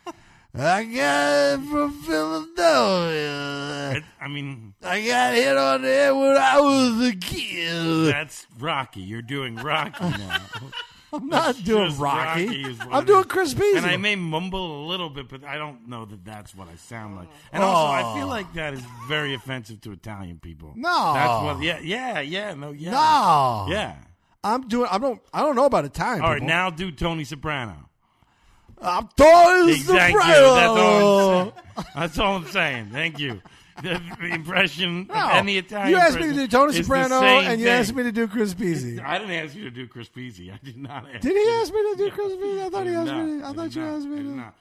[SPEAKER 1] I got it from Philadelphia.
[SPEAKER 2] It- I mean,
[SPEAKER 1] I got hit on the head when I was a kid.
[SPEAKER 2] that's Rocky. You're doing Rocky now.
[SPEAKER 1] I'm not doing
[SPEAKER 2] Just
[SPEAKER 1] Rocky.
[SPEAKER 2] Rocky is what
[SPEAKER 1] I'm
[SPEAKER 2] it
[SPEAKER 1] doing
[SPEAKER 2] is.
[SPEAKER 1] Chris
[SPEAKER 2] and I
[SPEAKER 1] Beasley.
[SPEAKER 2] may mumble a little bit, but I don't know that that's what I sound like. And
[SPEAKER 1] Oh.
[SPEAKER 2] also, I feel like that is very offensive to Italian people.
[SPEAKER 1] No.
[SPEAKER 2] that's what. Yeah, yeah, yeah. No, yeah,
[SPEAKER 1] No.
[SPEAKER 2] yeah.
[SPEAKER 1] I'm doing. I don't. I don't know about Italian
[SPEAKER 2] All right,
[SPEAKER 1] people.
[SPEAKER 2] now do Tony Soprano.
[SPEAKER 1] I'm Tony
[SPEAKER 2] Exactly.
[SPEAKER 1] Soprano.
[SPEAKER 2] That's all. I'm saying. That's all I'm saying. Thank you. the, the impression
[SPEAKER 1] No.
[SPEAKER 2] of any Italian.
[SPEAKER 1] you asked me to
[SPEAKER 2] person
[SPEAKER 1] do Tony
[SPEAKER 2] is the
[SPEAKER 1] Soprano,
[SPEAKER 2] same
[SPEAKER 1] and you
[SPEAKER 2] thing.
[SPEAKER 1] asked me to do Chris Beasy.
[SPEAKER 2] I didn't ask you to do Crispizzi. I did not ask.
[SPEAKER 1] Did
[SPEAKER 2] you
[SPEAKER 1] he
[SPEAKER 2] to-
[SPEAKER 1] ask me to do Chris Beasy? I thought he
[SPEAKER 2] did
[SPEAKER 1] asked me.
[SPEAKER 2] not.
[SPEAKER 1] To, I
[SPEAKER 2] did
[SPEAKER 1] thought you
[SPEAKER 2] not.
[SPEAKER 1] asked me
[SPEAKER 2] I
[SPEAKER 1] to.
[SPEAKER 2] did not.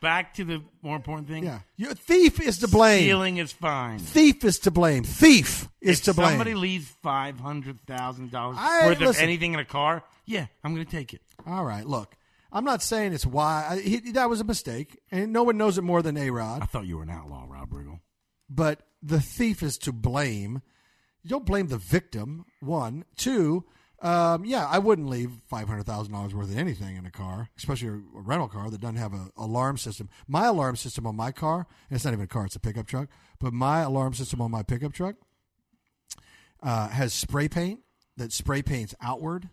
[SPEAKER 2] Back to the more important thing.
[SPEAKER 1] Yeah, your thief is to blame.
[SPEAKER 2] Stealing is fine.
[SPEAKER 1] Thief is to blame. Thief is
[SPEAKER 2] if
[SPEAKER 1] to blame.
[SPEAKER 2] somebody leaves five hundred thousand dollars
[SPEAKER 1] I-
[SPEAKER 2] worth
[SPEAKER 1] listen.
[SPEAKER 2] of anything in a car, yeah, I'm going to take it.
[SPEAKER 1] All right, look, I'm not saying it's why I, he, that was a mistake, and no one knows it more than A Rod.
[SPEAKER 2] I thought you were an outlaw, Rob Riggle.
[SPEAKER 1] But the thief is to blame. You don't blame the victim. One, two. Um, yeah, I wouldn't leave five hundred thousand dollars worth of anything in a car, especially a a rental car that doesn't have an alarm system. My alarm system on my car, and it's not even a car; it's a pickup truck. But my alarm system on my pickup truck uh, has spray paint that spray paints outward.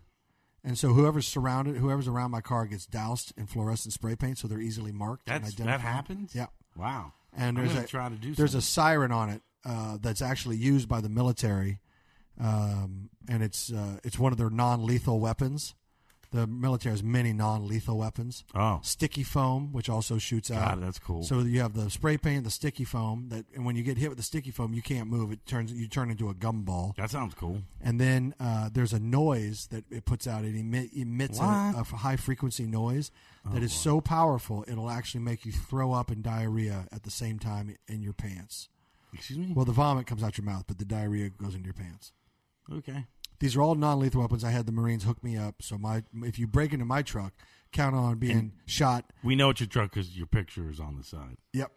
[SPEAKER 1] And so whoever's surrounded, whoever's around my car gets doused in fluorescent spray paint, so they're easily marked.
[SPEAKER 2] That's
[SPEAKER 1] and identified.
[SPEAKER 2] that happens.
[SPEAKER 1] Yeah.
[SPEAKER 2] Wow.
[SPEAKER 1] And
[SPEAKER 2] I'm
[SPEAKER 1] there's
[SPEAKER 2] gonna
[SPEAKER 1] a
[SPEAKER 2] try to do
[SPEAKER 1] there's
[SPEAKER 2] something.
[SPEAKER 1] a siren on it uh, that's actually used by the military, um, and it's uh, it's one of their non-lethal weapons. The military has many non-lethal weapons.
[SPEAKER 2] oh
[SPEAKER 1] Sticky foam, which also shoots out.
[SPEAKER 2] God, that's cool.
[SPEAKER 1] So you have the spray paint, the sticky foam. That and when you get hit with the sticky foam, you can't move. It turns you turn into a gumball.
[SPEAKER 2] that sounds cool.
[SPEAKER 1] And then uh, there's a noise that it puts out. It emit, emits a,
[SPEAKER 2] What? Oh,
[SPEAKER 1] a high frequency noise that is so powerful it'll actually make you throw up and diarrhea at the same time in your pants.
[SPEAKER 2] Excuse me.
[SPEAKER 1] Well, the vomit comes out your mouth, but the diarrhea goes into your pants.
[SPEAKER 2] okay.
[SPEAKER 1] These are all non-lethal weapons. I had the Marines hook me up, so my if you break into my truck, count on being shot.
[SPEAKER 2] We know it's your truck because your picture is on the side.
[SPEAKER 1] Yep.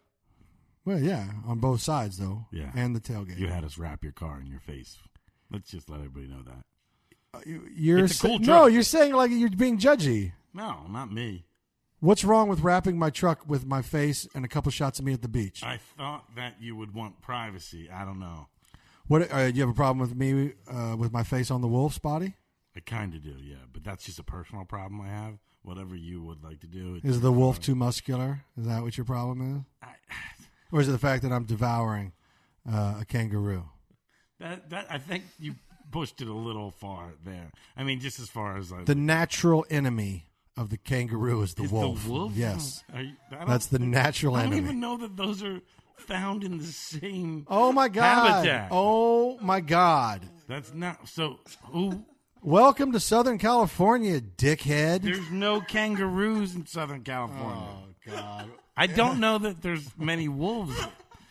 [SPEAKER 1] Well, yeah, on both sides though.
[SPEAKER 2] Yeah.
[SPEAKER 1] and the tailgate.
[SPEAKER 2] You had us wrap your car in your face. Let's just let everybody know that.
[SPEAKER 1] You're
[SPEAKER 2] It's a
[SPEAKER 1] sa-
[SPEAKER 2] cool
[SPEAKER 1] no,
[SPEAKER 2] truck.
[SPEAKER 1] you're saying like you're being judgy.
[SPEAKER 2] No, not me.
[SPEAKER 1] What's wrong with wrapping my truck with my face and a couple shots of me at the beach?
[SPEAKER 2] I thought that you would want privacy. I don't know.
[SPEAKER 1] What? Uh, you have a problem with me uh, with my face on the wolf's body?
[SPEAKER 2] I kind of do, yeah. But that's just a personal problem I have. Whatever you would like to do, it's-
[SPEAKER 1] Is the wolf too muscular? Is that what your problem is,
[SPEAKER 2] I,
[SPEAKER 1] or is it the fact that I'm devouring uh, a kangaroo?
[SPEAKER 2] that, that I think you pushed it a little far there. I mean, just as far as like
[SPEAKER 1] The natural enemy of the kangaroo is the
[SPEAKER 2] Is
[SPEAKER 1] wolf.
[SPEAKER 2] The wolf?
[SPEAKER 1] Yes,
[SPEAKER 2] Are you- I don't
[SPEAKER 1] that's the
[SPEAKER 2] think-
[SPEAKER 1] natural
[SPEAKER 2] I don't
[SPEAKER 1] enemy.
[SPEAKER 2] even know that those are found in the same.
[SPEAKER 1] Oh my god!
[SPEAKER 2] Habitat.
[SPEAKER 1] Oh my god!
[SPEAKER 2] That's not so. Who?
[SPEAKER 1] Welcome to Southern California, dickhead.
[SPEAKER 2] There's no kangaroos in Southern California.
[SPEAKER 1] God!
[SPEAKER 2] I don't know that there's many wolves.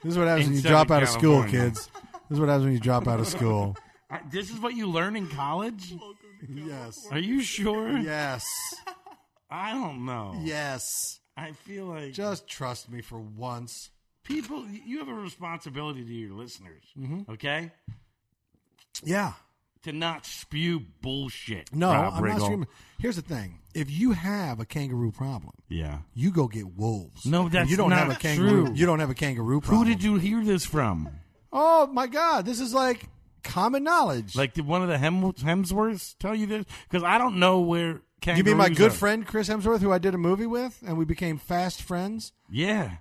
[SPEAKER 1] This is what happens
[SPEAKER 2] In
[SPEAKER 1] when you
[SPEAKER 2] Southern
[SPEAKER 1] drop out of school,
[SPEAKER 2] California.
[SPEAKER 1] kids. This is what happens when you drop out of school.
[SPEAKER 2] I- This is what you learn in college.
[SPEAKER 1] yes.
[SPEAKER 2] Are you sure?
[SPEAKER 1] Yes.
[SPEAKER 2] I don't know.
[SPEAKER 1] Yes.
[SPEAKER 2] I feel like
[SPEAKER 1] Just trust me for once.
[SPEAKER 2] people. You have a responsibility to your listeners. Okay.
[SPEAKER 1] Yeah.
[SPEAKER 2] To not spew bullshit.
[SPEAKER 1] No,
[SPEAKER 2] Rob
[SPEAKER 1] I'm not
[SPEAKER 2] Riggle.
[SPEAKER 1] screaming. Here's the thing: if you have a kangaroo problem,
[SPEAKER 2] Yeah.
[SPEAKER 1] you go get wolves.
[SPEAKER 2] No,
[SPEAKER 1] And
[SPEAKER 2] that's
[SPEAKER 1] you don't
[SPEAKER 2] not
[SPEAKER 1] have a kangaroo.
[SPEAKER 2] true.
[SPEAKER 1] You don't have a kangaroo
[SPEAKER 2] Who
[SPEAKER 1] problem.
[SPEAKER 2] did you hear this from?
[SPEAKER 1] Oh my God! This is like common knowledge.
[SPEAKER 2] Like, did one of the Hem- Hemsworths tell you this? Because I don't know where kangaroos.
[SPEAKER 1] you mean my good
[SPEAKER 2] are.
[SPEAKER 1] friend Chris Hemsworth, who I did a movie with, and we became fast friends.
[SPEAKER 2] Yeah.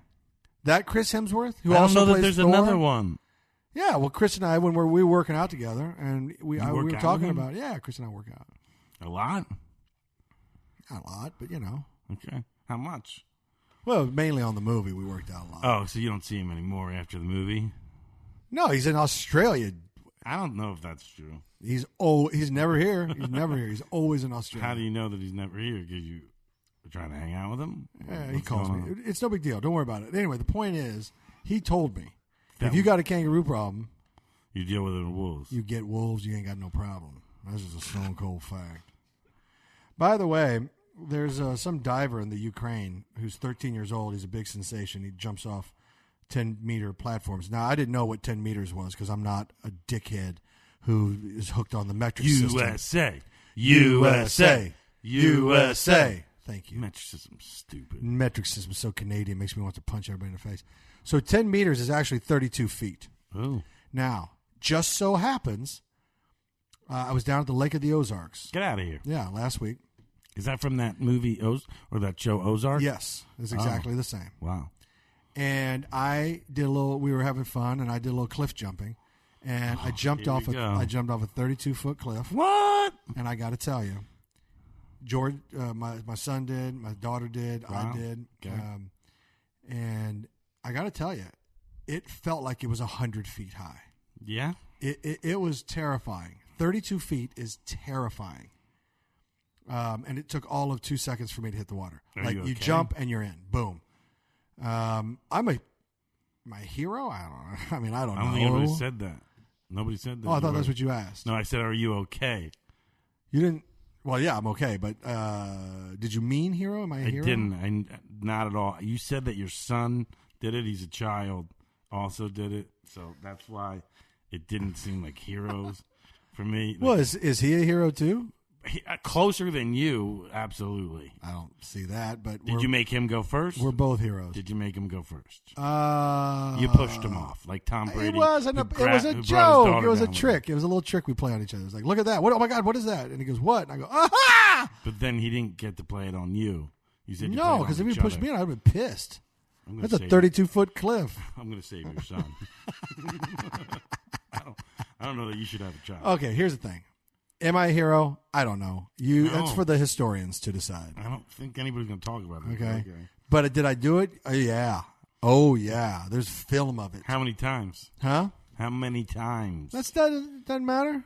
[SPEAKER 1] That Chris Hemsworth, who
[SPEAKER 2] I don't
[SPEAKER 1] also
[SPEAKER 2] know that
[SPEAKER 1] plays
[SPEAKER 2] there's
[SPEAKER 1] Thor?
[SPEAKER 2] another one.
[SPEAKER 1] Yeah, well, Chris and I, when we were, we were working out together, and we,
[SPEAKER 2] You
[SPEAKER 1] I,
[SPEAKER 2] work
[SPEAKER 1] we were
[SPEAKER 2] out
[SPEAKER 1] talking
[SPEAKER 2] with him?
[SPEAKER 1] about, yeah, Chris and I work out.
[SPEAKER 2] A lot.
[SPEAKER 1] Not a lot, but you know.
[SPEAKER 2] Okay. How much?
[SPEAKER 1] Well, mainly on the movie, we worked out a lot.
[SPEAKER 2] Oh, so you don't see him anymore after the movie?
[SPEAKER 1] no, he's in Australia.
[SPEAKER 2] I don't know if that's true.
[SPEAKER 1] He's oh, he's never here. He's never here. He's always in Australia.
[SPEAKER 2] How do you know that he's never here? Because you were trying to hang out with him?
[SPEAKER 1] Yeah, he
[SPEAKER 2] What's
[SPEAKER 1] calls
[SPEAKER 2] going
[SPEAKER 1] me.
[SPEAKER 2] on?
[SPEAKER 1] It- It's no big deal. Don't worry about it. Anyway, the point is, he told me if
[SPEAKER 2] That-
[SPEAKER 1] you got a kangaroo problem,
[SPEAKER 2] You deal with it in wolves.
[SPEAKER 1] you get wolves. You ain't got no problem. That's just a stone cold fact. By the way, there's uh, some diver in the Ukraine who's 13 years old. He's a big sensation. He jumps off 10 meter platforms. Now I didn't know what 10 meters was because I'm not a dickhead who is hooked on the metric system.
[SPEAKER 2] USA. USA. USA.
[SPEAKER 1] Thank you.
[SPEAKER 2] Metric system's stupid.
[SPEAKER 1] metric system so Canadian makes me want to punch everybody in the face. So 10 meters is actually 32 feet.
[SPEAKER 2] Oh.
[SPEAKER 1] Now, just so happens, uh, I was down at the Lake of the Ozarks.
[SPEAKER 2] Get out of here.
[SPEAKER 1] Yeah, last week.
[SPEAKER 2] Is that from that movie Oz or that show Ozark?
[SPEAKER 1] Yes, it's exactly the same.
[SPEAKER 2] Wow.
[SPEAKER 1] And I did a little. We were having fun, and I did a little cliff jumping, and I jumped
[SPEAKER 2] Oh, here
[SPEAKER 1] off.
[SPEAKER 2] we
[SPEAKER 1] A,
[SPEAKER 2] go.
[SPEAKER 1] I jumped off a 32 foot cliff,
[SPEAKER 2] What?
[SPEAKER 1] and I got to tell you, George, uh, my my son did, my daughter did,
[SPEAKER 2] Wow.
[SPEAKER 1] I did,
[SPEAKER 2] Okay.
[SPEAKER 1] um, and I got to tell you, it felt like it was 100 feet high.
[SPEAKER 2] Yeah.
[SPEAKER 1] It, it, it was terrifying. 32 feet is terrifying. Um, and it took all of two seconds for me to hit the water.
[SPEAKER 2] Are
[SPEAKER 1] like
[SPEAKER 2] you okay?
[SPEAKER 1] jump and you're in. Boom. Um, I'm a my hero. I don't know. I mean, I don't
[SPEAKER 2] I don't think
[SPEAKER 1] know.
[SPEAKER 2] anybody said that. Nobody said that.
[SPEAKER 1] oh, I thought
[SPEAKER 2] You
[SPEAKER 1] that's
[SPEAKER 2] were-
[SPEAKER 1] what you asked.
[SPEAKER 2] No, I said, "Are you okay?"
[SPEAKER 1] You didn't. Well, yeah, I'm okay, but uh, did you mean hero? Am I a
[SPEAKER 2] I
[SPEAKER 1] hero?
[SPEAKER 2] didn't. I not at all. You said that your son did it. He's a child. Also did it. So that's why it didn't seem like heroes for me.
[SPEAKER 1] Well, is, is he a hero too?
[SPEAKER 2] He- uh, closer than you, absolutely.
[SPEAKER 1] I don't see that, but
[SPEAKER 2] Did
[SPEAKER 1] we're,
[SPEAKER 2] you make him go first?
[SPEAKER 1] we're both heroes.
[SPEAKER 2] Did you make him go first?
[SPEAKER 1] uh,
[SPEAKER 2] You pushed him off like Tom Brady.
[SPEAKER 1] It was an,
[SPEAKER 2] who
[SPEAKER 1] it
[SPEAKER 2] gra-
[SPEAKER 1] was a
[SPEAKER 2] who brought his
[SPEAKER 1] joke.
[SPEAKER 2] daughter
[SPEAKER 1] It was a
[SPEAKER 2] down with him.
[SPEAKER 1] trick. It was a little trick we play on each other. It's like, look at that. What? Oh my God, what is that? And he goes, what? And I go, aha!
[SPEAKER 2] But then he didn't get to play it on you. You said you
[SPEAKER 1] No,
[SPEAKER 2] because
[SPEAKER 1] because if he pushed me, in, I'd have been pissed.
[SPEAKER 2] I'm gonna
[SPEAKER 1] That's a
[SPEAKER 2] save-
[SPEAKER 1] 32 foot cliff.
[SPEAKER 2] I'm going to save your son. I, don't, I don't know that you should have a child.
[SPEAKER 1] Okay, here's the thing. Am I a hero? I don't know. You. That's
[SPEAKER 2] No.
[SPEAKER 1] for the historians to decide.
[SPEAKER 2] I don't think anybody's going to talk about it.
[SPEAKER 1] Okay. But did I do it? Uh, yeah. Oh yeah. There's film of it.
[SPEAKER 2] How many times?
[SPEAKER 1] Huh?
[SPEAKER 2] How many times?
[SPEAKER 1] That's doesn't doesn't matter.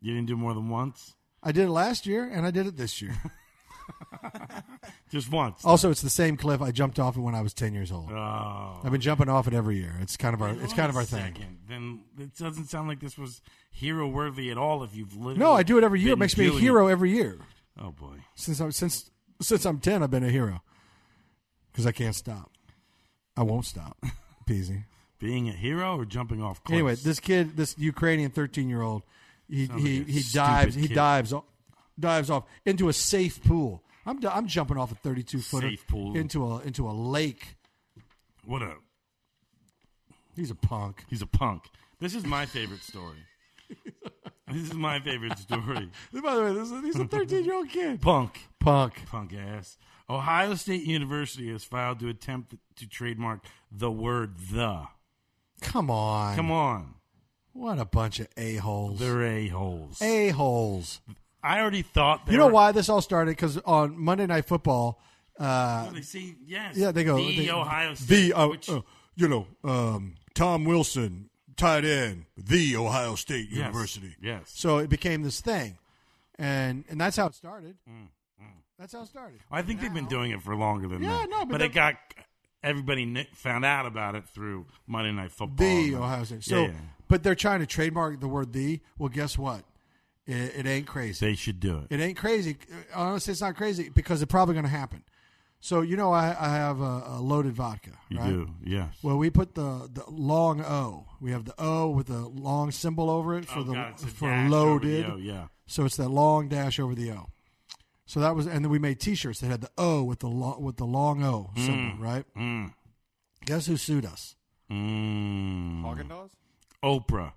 [SPEAKER 2] you didn't do more than once?
[SPEAKER 1] I did it last year and I did it this year.
[SPEAKER 2] Just once.
[SPEAKER 1] also, it's the same cliff I jumped off it when I was ten years
[SPEAKER 2] Oh,
[SPEAKER 1] old. I've been jumping off it every year. It's kind of our it's kind of our thing.
[SPEAKER 2] Second, then it doesn't sound like this was hero worthy at all. If you've literally
[SPEAKER 1] No, I do it every year. It
[SPEAKER 2] been
[SPEAKER 1] makes me a
[SPEAKER 2] doing
[SPEAKER 1] hero every year.
[SPEAKER 2] it. Oh boy,
[SPEAKER 1] Since I'm since since I'm ten, I've been a hero because I can't stop. I won't stop. Peasy.
[SPEAKER 2] being a hero or jumping off cliffs.
[SPEAKER 1] Anyway, this kid, this Ukrainian 13 year old, he
[SPEAKER 2] Sounds
[SPEAKER 1] he,
[SPEAKER 2] like a
[SPEAKER 1] he
[SPEAKER 2] stupid
[SPEAKER 1] dives he
[SPEAKER 2] kid.
[SPEAKER 1] dives o- dives off into a safe pool. I'm di- I'm jumping off a 32 footer
[SPEAKER 2] Safe pool.
[SPEAKER 1] into a into a lake.
[SPEAKER 2] what a
[SPEAKER 1] He's a punk.
[SPEAKER 2] he's a punk. This is my favorite story. this is my favorite story.
[SPEAKER 1] By the way, this is, he's a 13 year old kid.
[SPEAKER 2] punk.
[SPEAKER 1] Punk.
[SPEAKER 2] Punk ass. Ohio State University has filed to attempt to trademark the word the.
[SPEAKER 1] Come on.
[SPEAKER 2] Come on.
[SPEAKER 1] What a bunch of a holes.
[SPEAKER 2] They're a-holes.
[SPEAKER 1] A holes.
[SPEAKER 2] I already thought they
[SPEAKER 1] You know
[SPEAKER 2] were-
[SPEAKER 1] why this all started? Because on Monday Night Football, uh,
[SPEAKER 2] They see, yes.
[SPEAKER 1] yeah, they go
[SPEAKER 2] The
[SPEAKER 1] they-
[SPEAKER 2] Ohio State.
[SPEAKER 1] The uh,
[SPEAKER 2] which-
[SPEAKER 1] uh, you know, um, Tom Wilson, tight end, the Ohio State
[SPEAKER 2] Yes,
[SPEAKER 1] University.
[SPEAKER 2] yes.
[SPEAKER 1] So it became this thing, and and that's how it started.
[SPEAKER 2] Mm,
[SPEAKER 1] That's how it started.
[SPEAKER 2] I think they've been doing it for longer than
[SPEAKER 1] Yeah,
[SPEAKER 2] that.
[SPEAKER 1] no, but
[SPEAKER 2] but
[SPEAKER 1] they-
[SPEAKER 2] it got everybody kn- found out about it through Monday Night Football.
[SPEAKER 1] The
[SPEAKER 2] And-
[SPEAKER 1] Ohio State.
[SPEAKER 2] Yeah,
[SPEAKER 1] So,
[SPEAKER 2] yeah.
[SPEAKER 1] but they're trying to trademark the word "the." Well, guess what? It, it ain't crazy.
[SPEAKER 2] They should do it.
[SPEAKER 1] It ain't crazy. Honestly, it's not crazy because it's probably going to happen. So you know, I, I have a, a loaded vodka.
[SPEAKER 2] You
[SPEAKER 1] right?
[SPEAKER 2] do, yes.
[SPEAKER 1] Well, we put the, the long O. We have the O with the long symbol over it for
[SPEAKER 2] Oh,
[SPEAKER 1] the
[SPEAKER 2] God, it's a
[SPEAKER 1] for
[SPEAKER 2] dash over the
[SPEAKER 1] loaded.
[SPEAKER 2] O, yeah.
[SPEAKER 1] So it's that long dash over the O. So that was, and then we made T-shirts that had the O with the lo- with the long O symbol, right?
[SPEAKER 2] Mm.
[SPEAKER 1] Guess who sued us?
[SPEAKER 2] Mm.
[SPEAKER 4] Haagen-Dazs?
[SPEAKER 2] Oprah.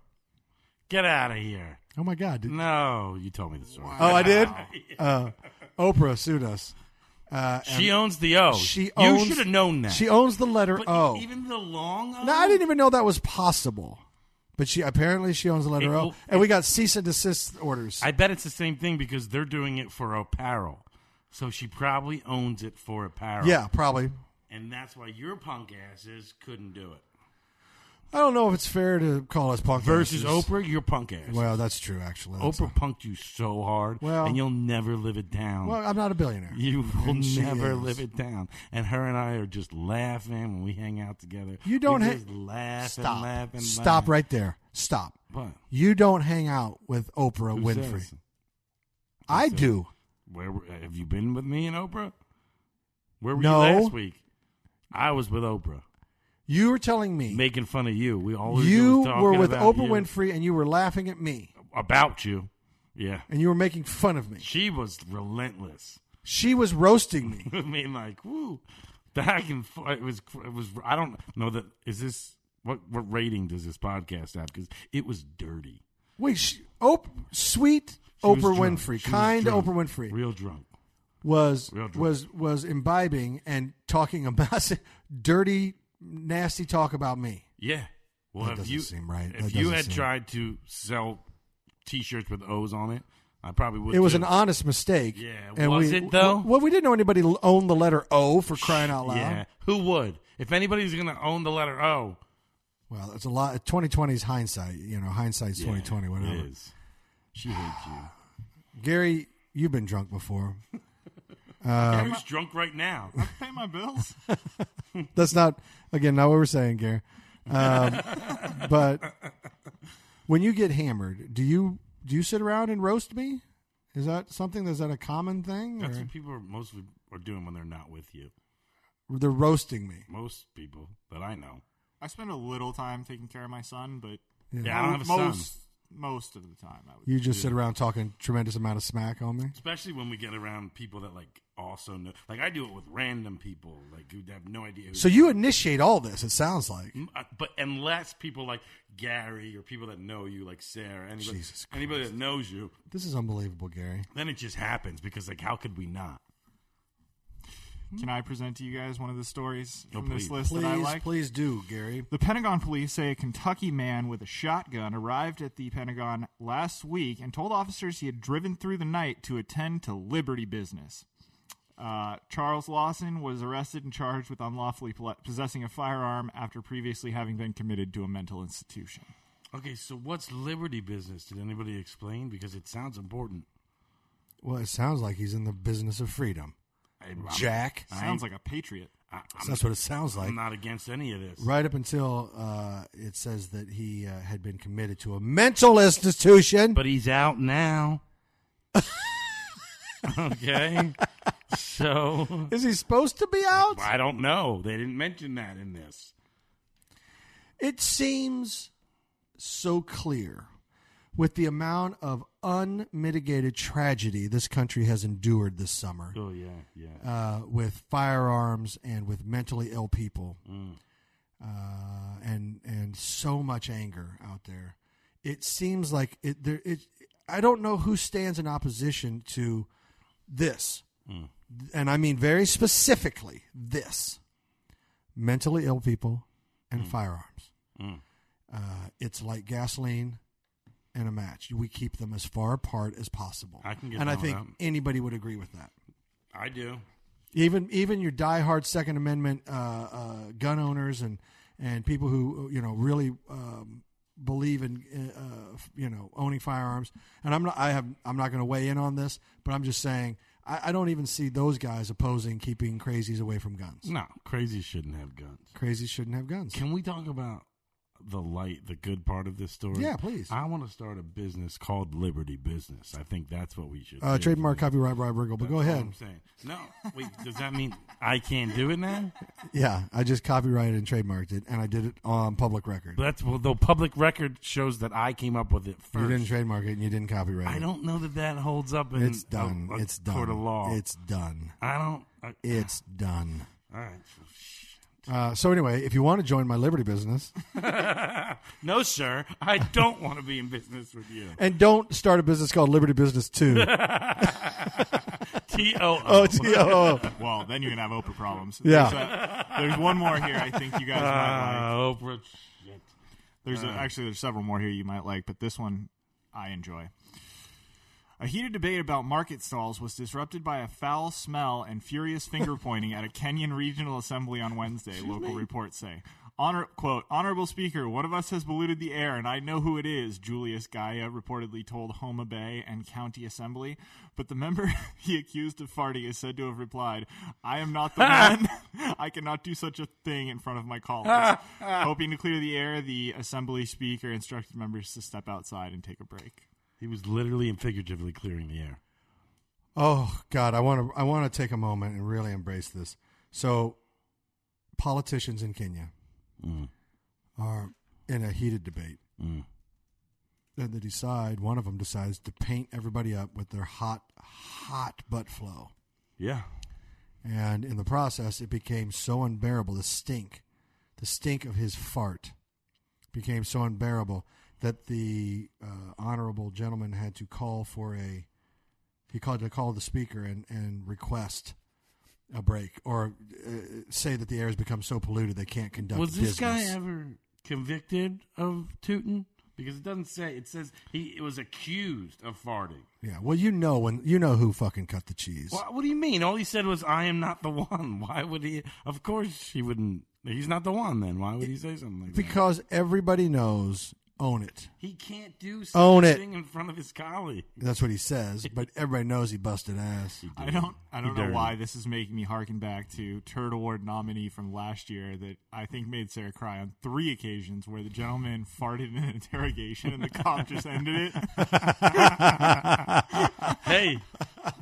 [SPEAKER 2] Get out of here.
[SPEAKER 1] Oh my God! Did,
[SPEAKER 2] No, you told me the story.
[SPEAKER 1] Oh, I did. Uh, Oprah sued us. Uh, and
[SPEAKER 2] She owns the O.
[SPEAKER 1] she
[SPEAKER 2] you
[SPEAKER 1] owns-
[SPEAKER 2] should have known that.
[SPEAKER 1] she owns the letter
[SPEAKER 2] but e-,
[SPEAKER 1] O.
[SPEAKER 2] even the long O.
[SPEAKER 1] no, I didn't even know that was possible. But she apparently she owns the letter
[SPEAKER 2] It-
[SPEAKER 1] O, and we got cease and desist orders.
[SPEAKER 2] I bet it's the same thing because they're doing it for apparel. So she probably owns it for apparel.
[SPEAKER 1] yeah, probably.
[SPEAKER 2] And that's why your punk asses couldn't do it.
[SPEAKER 1] I don't know if it's fair to call us punk
[SPEAKER 2] Versus
[SPEAKER 1] asses.
[SPEAKER 2] Oprah, you're punk ass.
[SPEAKER 1] Well, that's true, actually. That's-
[SPEAKER 2] Oprah punked you so hard,
[SPEAKER 1] Well-
[SPEAKER 2] and you'll never live it down.
[SPEAKER 1] well, I'm not a billionaire.
[SPEAKER 2] you will
[SPEAKER 1] And she
[SPEAKER 2] never
[SPEAKER 1] is.
[SPEAKER 2] live it down. And her and I are just laughing when we hang out together.
[SPEAKER 1] You don't
[SPEAKER 2] we
[SPEAKER 1] ha-
[SPEAKER 2] just laugh
[SPEAKER 1] Stop.
[SPEAKER 2] and laugh and
[SPEAKER 1] Stop
[SPEAKER 2] laugh.
[SPEAKER 1] right there. Stop.
[SPEAKER 2] What?
[SPEAKER 1] You don't hang out with Oprah
[SPEAKER 2] Who
[SPEAKER 1] Winfrey.
[SPEAKER 2] says?
[SPEAKER 1] I do.
[SPEAKER 2] Where were- have you been with me and Oprah? Where were
[SPEAKER 1] No.
[SPEAKER 2] you last week? I was with Oprah,
[SPEAKER 1] You were telling me
[SPEAKER 2] making fun of you. We all we do
[SPEAKER 1] you
[SPEAKER 2] is talking
[SPEAKER 1] were with
[SPEAKER 2] about
[SPEAKER 1] Oprah
[SPEAKER 2] you.
[SPEAKER 1] Winfrey and you were laughing at me
[SPEAKER 2] about you. Yeah,
[SPEAKER 1] and you were making fun of me.
[SPEAKER 2] she was relentless.
[SPEAKER 1] She was roasting me.
[SPEAKER 2] I mean, like, woo, back and forth. It was, it was. I don't know that. Is this what? What rating does this podcast have? Because it was dirty.
[SPEAKER 1] Wait, she, Op- sweet
[SPEAKER 2] She was
[SPEAKER 1] Oprah
[SPEAKER 2] drunk.
[SPEAKER 1] Winfrey,
[SPEAKER 2] She was
[SPEAKER 1] kind
[SPEAKER 2] drunk.
[SPEAKER 1] Oprah Winfrey
[SPEAKER 2] real drunk.
[SPEAKER 1] was
[SPEAKER 2] Real drunk.
[SPEAKER 1] was was imbibing and talking about dirty, nasty talk about me.
[SPEAKER 2] Yeah. Well,
[SPEAKER 1] That
[SPEAKER 2] if
[SPEAKER 1] doesn't
[SPEAKER 2] you
[SPEAKER 1] seem right. That
[SPEAKER 2] if you
[SPEAKER 1] doesn't
[SPEAKER 2] had
[SPEAKER 1] seem-
[SPEAKER 2] tried to sell T-shirts with O's on it, I probably would.
[SPEAKER 1] It was
[SPEAKER 2] too.
[SPEAKER 1] an honest mistake.
[SPEAKER 2] Yeah, was it, though?
[SPEAKER 1] Well, we didn't know anybody l- owned the letter O for crying out loud.
[SPEAKER 2] Yeah. Who would? If anybody's going to own the letter O,
[SPEAKER 1] Well, it's a lot. 2020 is hindsight. You know, hindsight's
[SPEAKER 2] Yeah,
[SPEAKER 1] 2020,
[SPEAKER 2] it
[SPEAKER 1] whatever.
[SPEAKER 2] is. She hates you.
[SPEAKER 1] Gary, you've been drunk before. Um,
[SPEAKER 2] Yeah, who's drunk right now?
[SPEAKER 3] Pay my bills.
[SPEAKER 1] That's not, again, not what we're saying, Gary. Um, but when you get hammered, do you do you sit around and roast me? Is that something? Is that a common thing?
[SPEAKER 2] That's
[SPEAKER 1] Or
[SPEAKER 2] what people are mostly are doing when they're not with you.
[SPEAKER 1] they're roasting me.
[SPEAKER 2] Most people that I know.
[SPEAKER 3] I spend a little time taking care of my son, but
[SPEAKER 2] Yeah, I don't have a
[SPEAKER 3] most
[SPEAKER 2] son.
[SPEAKER 3] most of the time I would.
[SPEAKER 1] You just sit around talking tremendous amount of smack on me.
[SPEAKER 2] Especially when we get around people that like also know. Like I do it with random people, like who have no idea. Who
[SPEAKER 1] So you initiate all this. It sounds like.
[SPEAKER 2] Mm, uh, but unless people like Gary or people that know you, like Sarah, anybody,
[SPEAKER 1] Jesus
[SPEAKER 2] anybody that knows you,
[SPEAKER 1] This is unbelievable, Gary.
[SPEAKER 2] then it just happens because like how could we not?
[SPEAKER 3] Can I present to you guys one of the stories
[SPEAKER 2] Oh,
[SPEAKER 3] from this
[SPEAKER 2] please.
[SPEAKER 3] list that I like?
[SPEAKER 1] please do, Gary.
[SPEAKER 3] The Pentagon police say a Kentucky man with a shotgun arrived at the Pentagon last week and told officers he had driven through the night to attend to Liberty business. Uh, Charles Lawson was arrested and charged with unlawfully pole- possessing a firearm after previously having been committed to a mental institution.
[SPEAKER 2] Okay, so what's liberty business? Did anybody explain? Because it sounds important.
[SPEAKER 1] Well, it sounds like he's in the business of freedom.
[SPEAKER 2] I, I'm,
[SPEAKER 1] Jack.
[SPEAKER 3] Sounds like a patriot.
[SPEAKER 2] I, am
[SPEAKER 1] That's what it sounds like.
[SPEAKER 2] not against any of this.
[SPEAKER 1] Right up until uh, it says that he uh, had been committed to a mental institution.
[SPEAKER 2] But he's out now. okay, so
[SPEAKER 1] is he supposed to be out?
[SPEAKER 2] I don't know. They didn't mention that in this.
[SPEAKER 1] It seems so clear with the amount of unmitigated tragedy this country has endured this summer
[SPEAKER 2] Oh yeah, yeah.
[SPEAKER 1] uh, with firearms and with mentally ill people,
[SPEAKER 2] Mm.
[SPEAKER 1] uh, and and so much anger out there. It seems like it. There, it. I don't know who stands in opposition to this,
[SPEAKER 2] Mm.
[SPEAKER 1] and I mean very specifically this: mentally ill people
[SPEAKER 2] Mm.
[SPEAKER 1] and firearms. Uh, it's like gasoline and a match. We keep them as far apart as possible.
[SPEAKER 2] I can get
[SPEAKER 1] and I
[SPEAKER 2] down with
[SPEAKER 1] think
[SPEAKER 2] that.
[SPEAKER 1] anybody would agree with that
[SPEAKER 2] I do.
[SPEAKER 1] even even your diehard Second Amendment uh, uh, gun owners and and people who you know really um, believe in uh, you know owning firearms. And I'm not I have I'm not going to weigh in on this, but I'm just saying I, I don't even see those guys opposing keeping crazies away from guns.
[SPEAKER 2] No, crazy shouldn't have guns.
[SPEAKER 1] Crazies shouldn't have guns.
[SPEAKER 2] Can we talk about the light, the good part of this story?
[SPEAKER 1] Yeah, please.
[SPEAKER 2] I want to start a business called Liberty Business. I think that's what we should.
[SPEAKER 1] Uh,
[SPEAKER 2] do.
[SPEAKER 1] trademark copyright Rob Riggle, but go
[SPEAKER 2] That's all
[SPEAKER 1] ahead.
[SPEAKER 2] I'm saying. No, wait. Does that mean I can't do it now?
[SPEAKER 1] Yeah, I just copyrighted and trademarked it, and I did it on public record.
[SPEAKER 2] That's well, though. Public record shows that I came up with it
[SPEAKER 1] you
[SPEAKER 2] first.
[SPEAKER 1] didn't trademark it, and you didn't copyright
[SPEAKER 2] I
[SPEAKER 1] it.
[SPEAKER 2] don't know that that holds up in
[SPEAKER 1] It's done.
[SPEAKER 2] a- a
[SPEAKER 1] it's done.
[SPEAKER 2] court of law.
[SPEAKER 1] It's done.
[SPEAKER 2] I don't. I,
[SPEAKER 1] It's done.
[SPEAKER 2] all right. so, shh.
[SPEAKER 1] Uh, so anyway, if you want to join my liberty business,
[SPEAKER 2] No, sir. I don't want to be in business with you.
[SPEAKER 1] and don't start a business called Liberty Business Two.
[SPEAKER 2] T O
[SPEAKER 1] oh,
[SPEAKER 2] O.
[SPEAKER 1] T O O.
[SPEAKER 3] Well, then you're gonna have Oprah problems.
[SPEAKER 1] Yeah.
[SPEAKER 3] There's, a- there's one more here. I think you guys might like.
[SPEAKER 2] Ah, Oprah. Shit.
[SPEAKER 3] There's a, actually there's several more here you might like, but this one I enjoy. A heated debate about market stalls was disrupted by a foul smell and furious finger pointing at a Kenyan regional assembly on Wednesday. local reports say, "Honor quote Honorable Speaker, one of us has polluted the air, and I know who it is." Julius Gaia reportedly told Homa Bay and County Assembly, but the member he accused of farting is said to have replied, "I am not the man. I cannot do such a thing in front of my colleagues." Hoping to clear the air, the Assembly Speaker instructed members to step outside and take a break.
[SPEAKER 2] He was literally and figuratively clearing the air.
[SPEAKER 1] Oh God, I want to. I want to take a moment and really embrace this. So, politicians in Kenya Mm. are in a heated debate, and they decide. One of them decides to paint everybody up with their hot, hot butt flow.
[SPEAKER 2] Yeah.
[SPEAKER 1] and in the process it became so unbearable the stink the stink of his fart became so unbearable that the uh, honorable gentleman had to call for a he called to call the speaker and, and request a break or uh, say that the air has become so polluted they can't conduct
[SPEAKER 2] was this
[SPEAKER 1] business.
[SPEAKER 2] guy ever convicted of tooting? Because it doesn't say. It says he was accused of farting.
[SPEAKER 1] yeah, well you know when you know who fucking cut the cheese.
[SPEAKER 2] Wha- what do you mean? All he said was, "I am not the one." Why would he? Of course, he wouldn't He's not the one. Then why would he say something like that?
[SPEAKER 1] because everybody knows own it.
[SPEAKER 2] He can't do
[SPEAKER 1] Own it.
[SPEAKER 2] something in front of his colleague.
[SPEAKER 1] That's what he says, but everybody knows he busted ass.
[SPEAKER 3] I don't. I don't know
[SPEAKER 2] dirty.
[SPEAKER 3] why this is making me harken back to Turd Award nominee from last year that I think made Sarah cry on three occasions, where the gentleman farted in an interrogation and the cop just ended it.
[SPEAKER 2] Hey,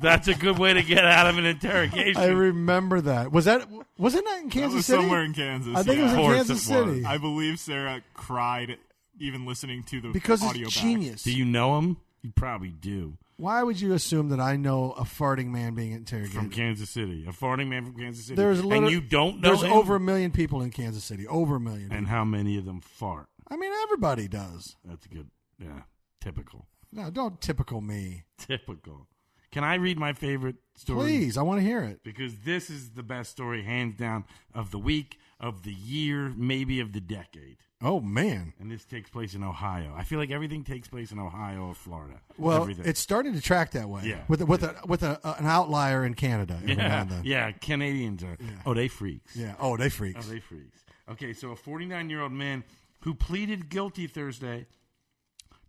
[SPEAKER 2] that's a good way to get out of an interrogation.
[SPEAKER 1] I remember that. Was that was it not in
[SPEAKER 3] That
[SPEAKER 1] Kansas
[SPEAKER 3] was
[SPEAKER 1] City?
[SPEAKER 3] somewhere in Kansas.
[SPEAKER 1] I think it was
[SPEAKER 2] Of
[SPEAKER 1] in
[SPEAKER 2] course
[SPEAKER 1] Kansas
[SPEAKER 2] it was.
[SPEAKER 1] City
[SPEAKER 3] I believe Sarah cried even listening to the
[SPEAKER 1] because
[SPEAKER 3] audio
[SPEAKER 1] it's
[SPEAKER 3] back.
[SPEAKER 1] genius.
[SPEAKER 2] do you know him? You probably do.
[SPEAKER 1] Why would you assume that I know a farting man being interrogated?
[SPEAKER 2] From Kansas City, a farting man from Kansas City.
[SPEAKER 1] there's
[SPEAKER 2] and
[SPEAKER 1] liter-
[SPEAKER 2] you don't know
[SPEAKER 1] There's
[SPEAKER 2] him?
[SPEAKER 1] over a million people in Kansas City. Over a million.
[SPEAKER 2] And how many of them fart?
[SPEAKER 1] I mean, everybody does.
[SPEAKER 2] That's a good. Yeah, typical.
[SPEAKER 1] No, don't typical me.
[SPEAKER 2] Typical. Can I read my favorite story?
[SPEAKER 1] Please, I want to hear it.
[SPEAKER 2] Because this is the best story, hands down, of the week, of the year, maybe of the decade.
[SPEAKER 1] Oh man.
[SPEAKER 2] And this takes place in Ohio. I feel like everything takes place in Ohio or Florida.
[SPEAKER 1] Well,
[SPEAKER 2] everything.
[SPEAKER 1] it's starting to track that way.
[SPEAKER 2] Yeah.
[SPEAKER 1] With a- with a with a, an outlier in Canada every now
[SPEAKER 2] yeah,
[SPEAKER 1] and then.
[SPEAKER 2] yeah. Canadians are oh they freaks.
[SPEAKER 1] Yeah. Oh, they freaks.
[SPEAKER 2] Oh, they freaks. Okay, so a 49 year old man who pleaded guilty Thursday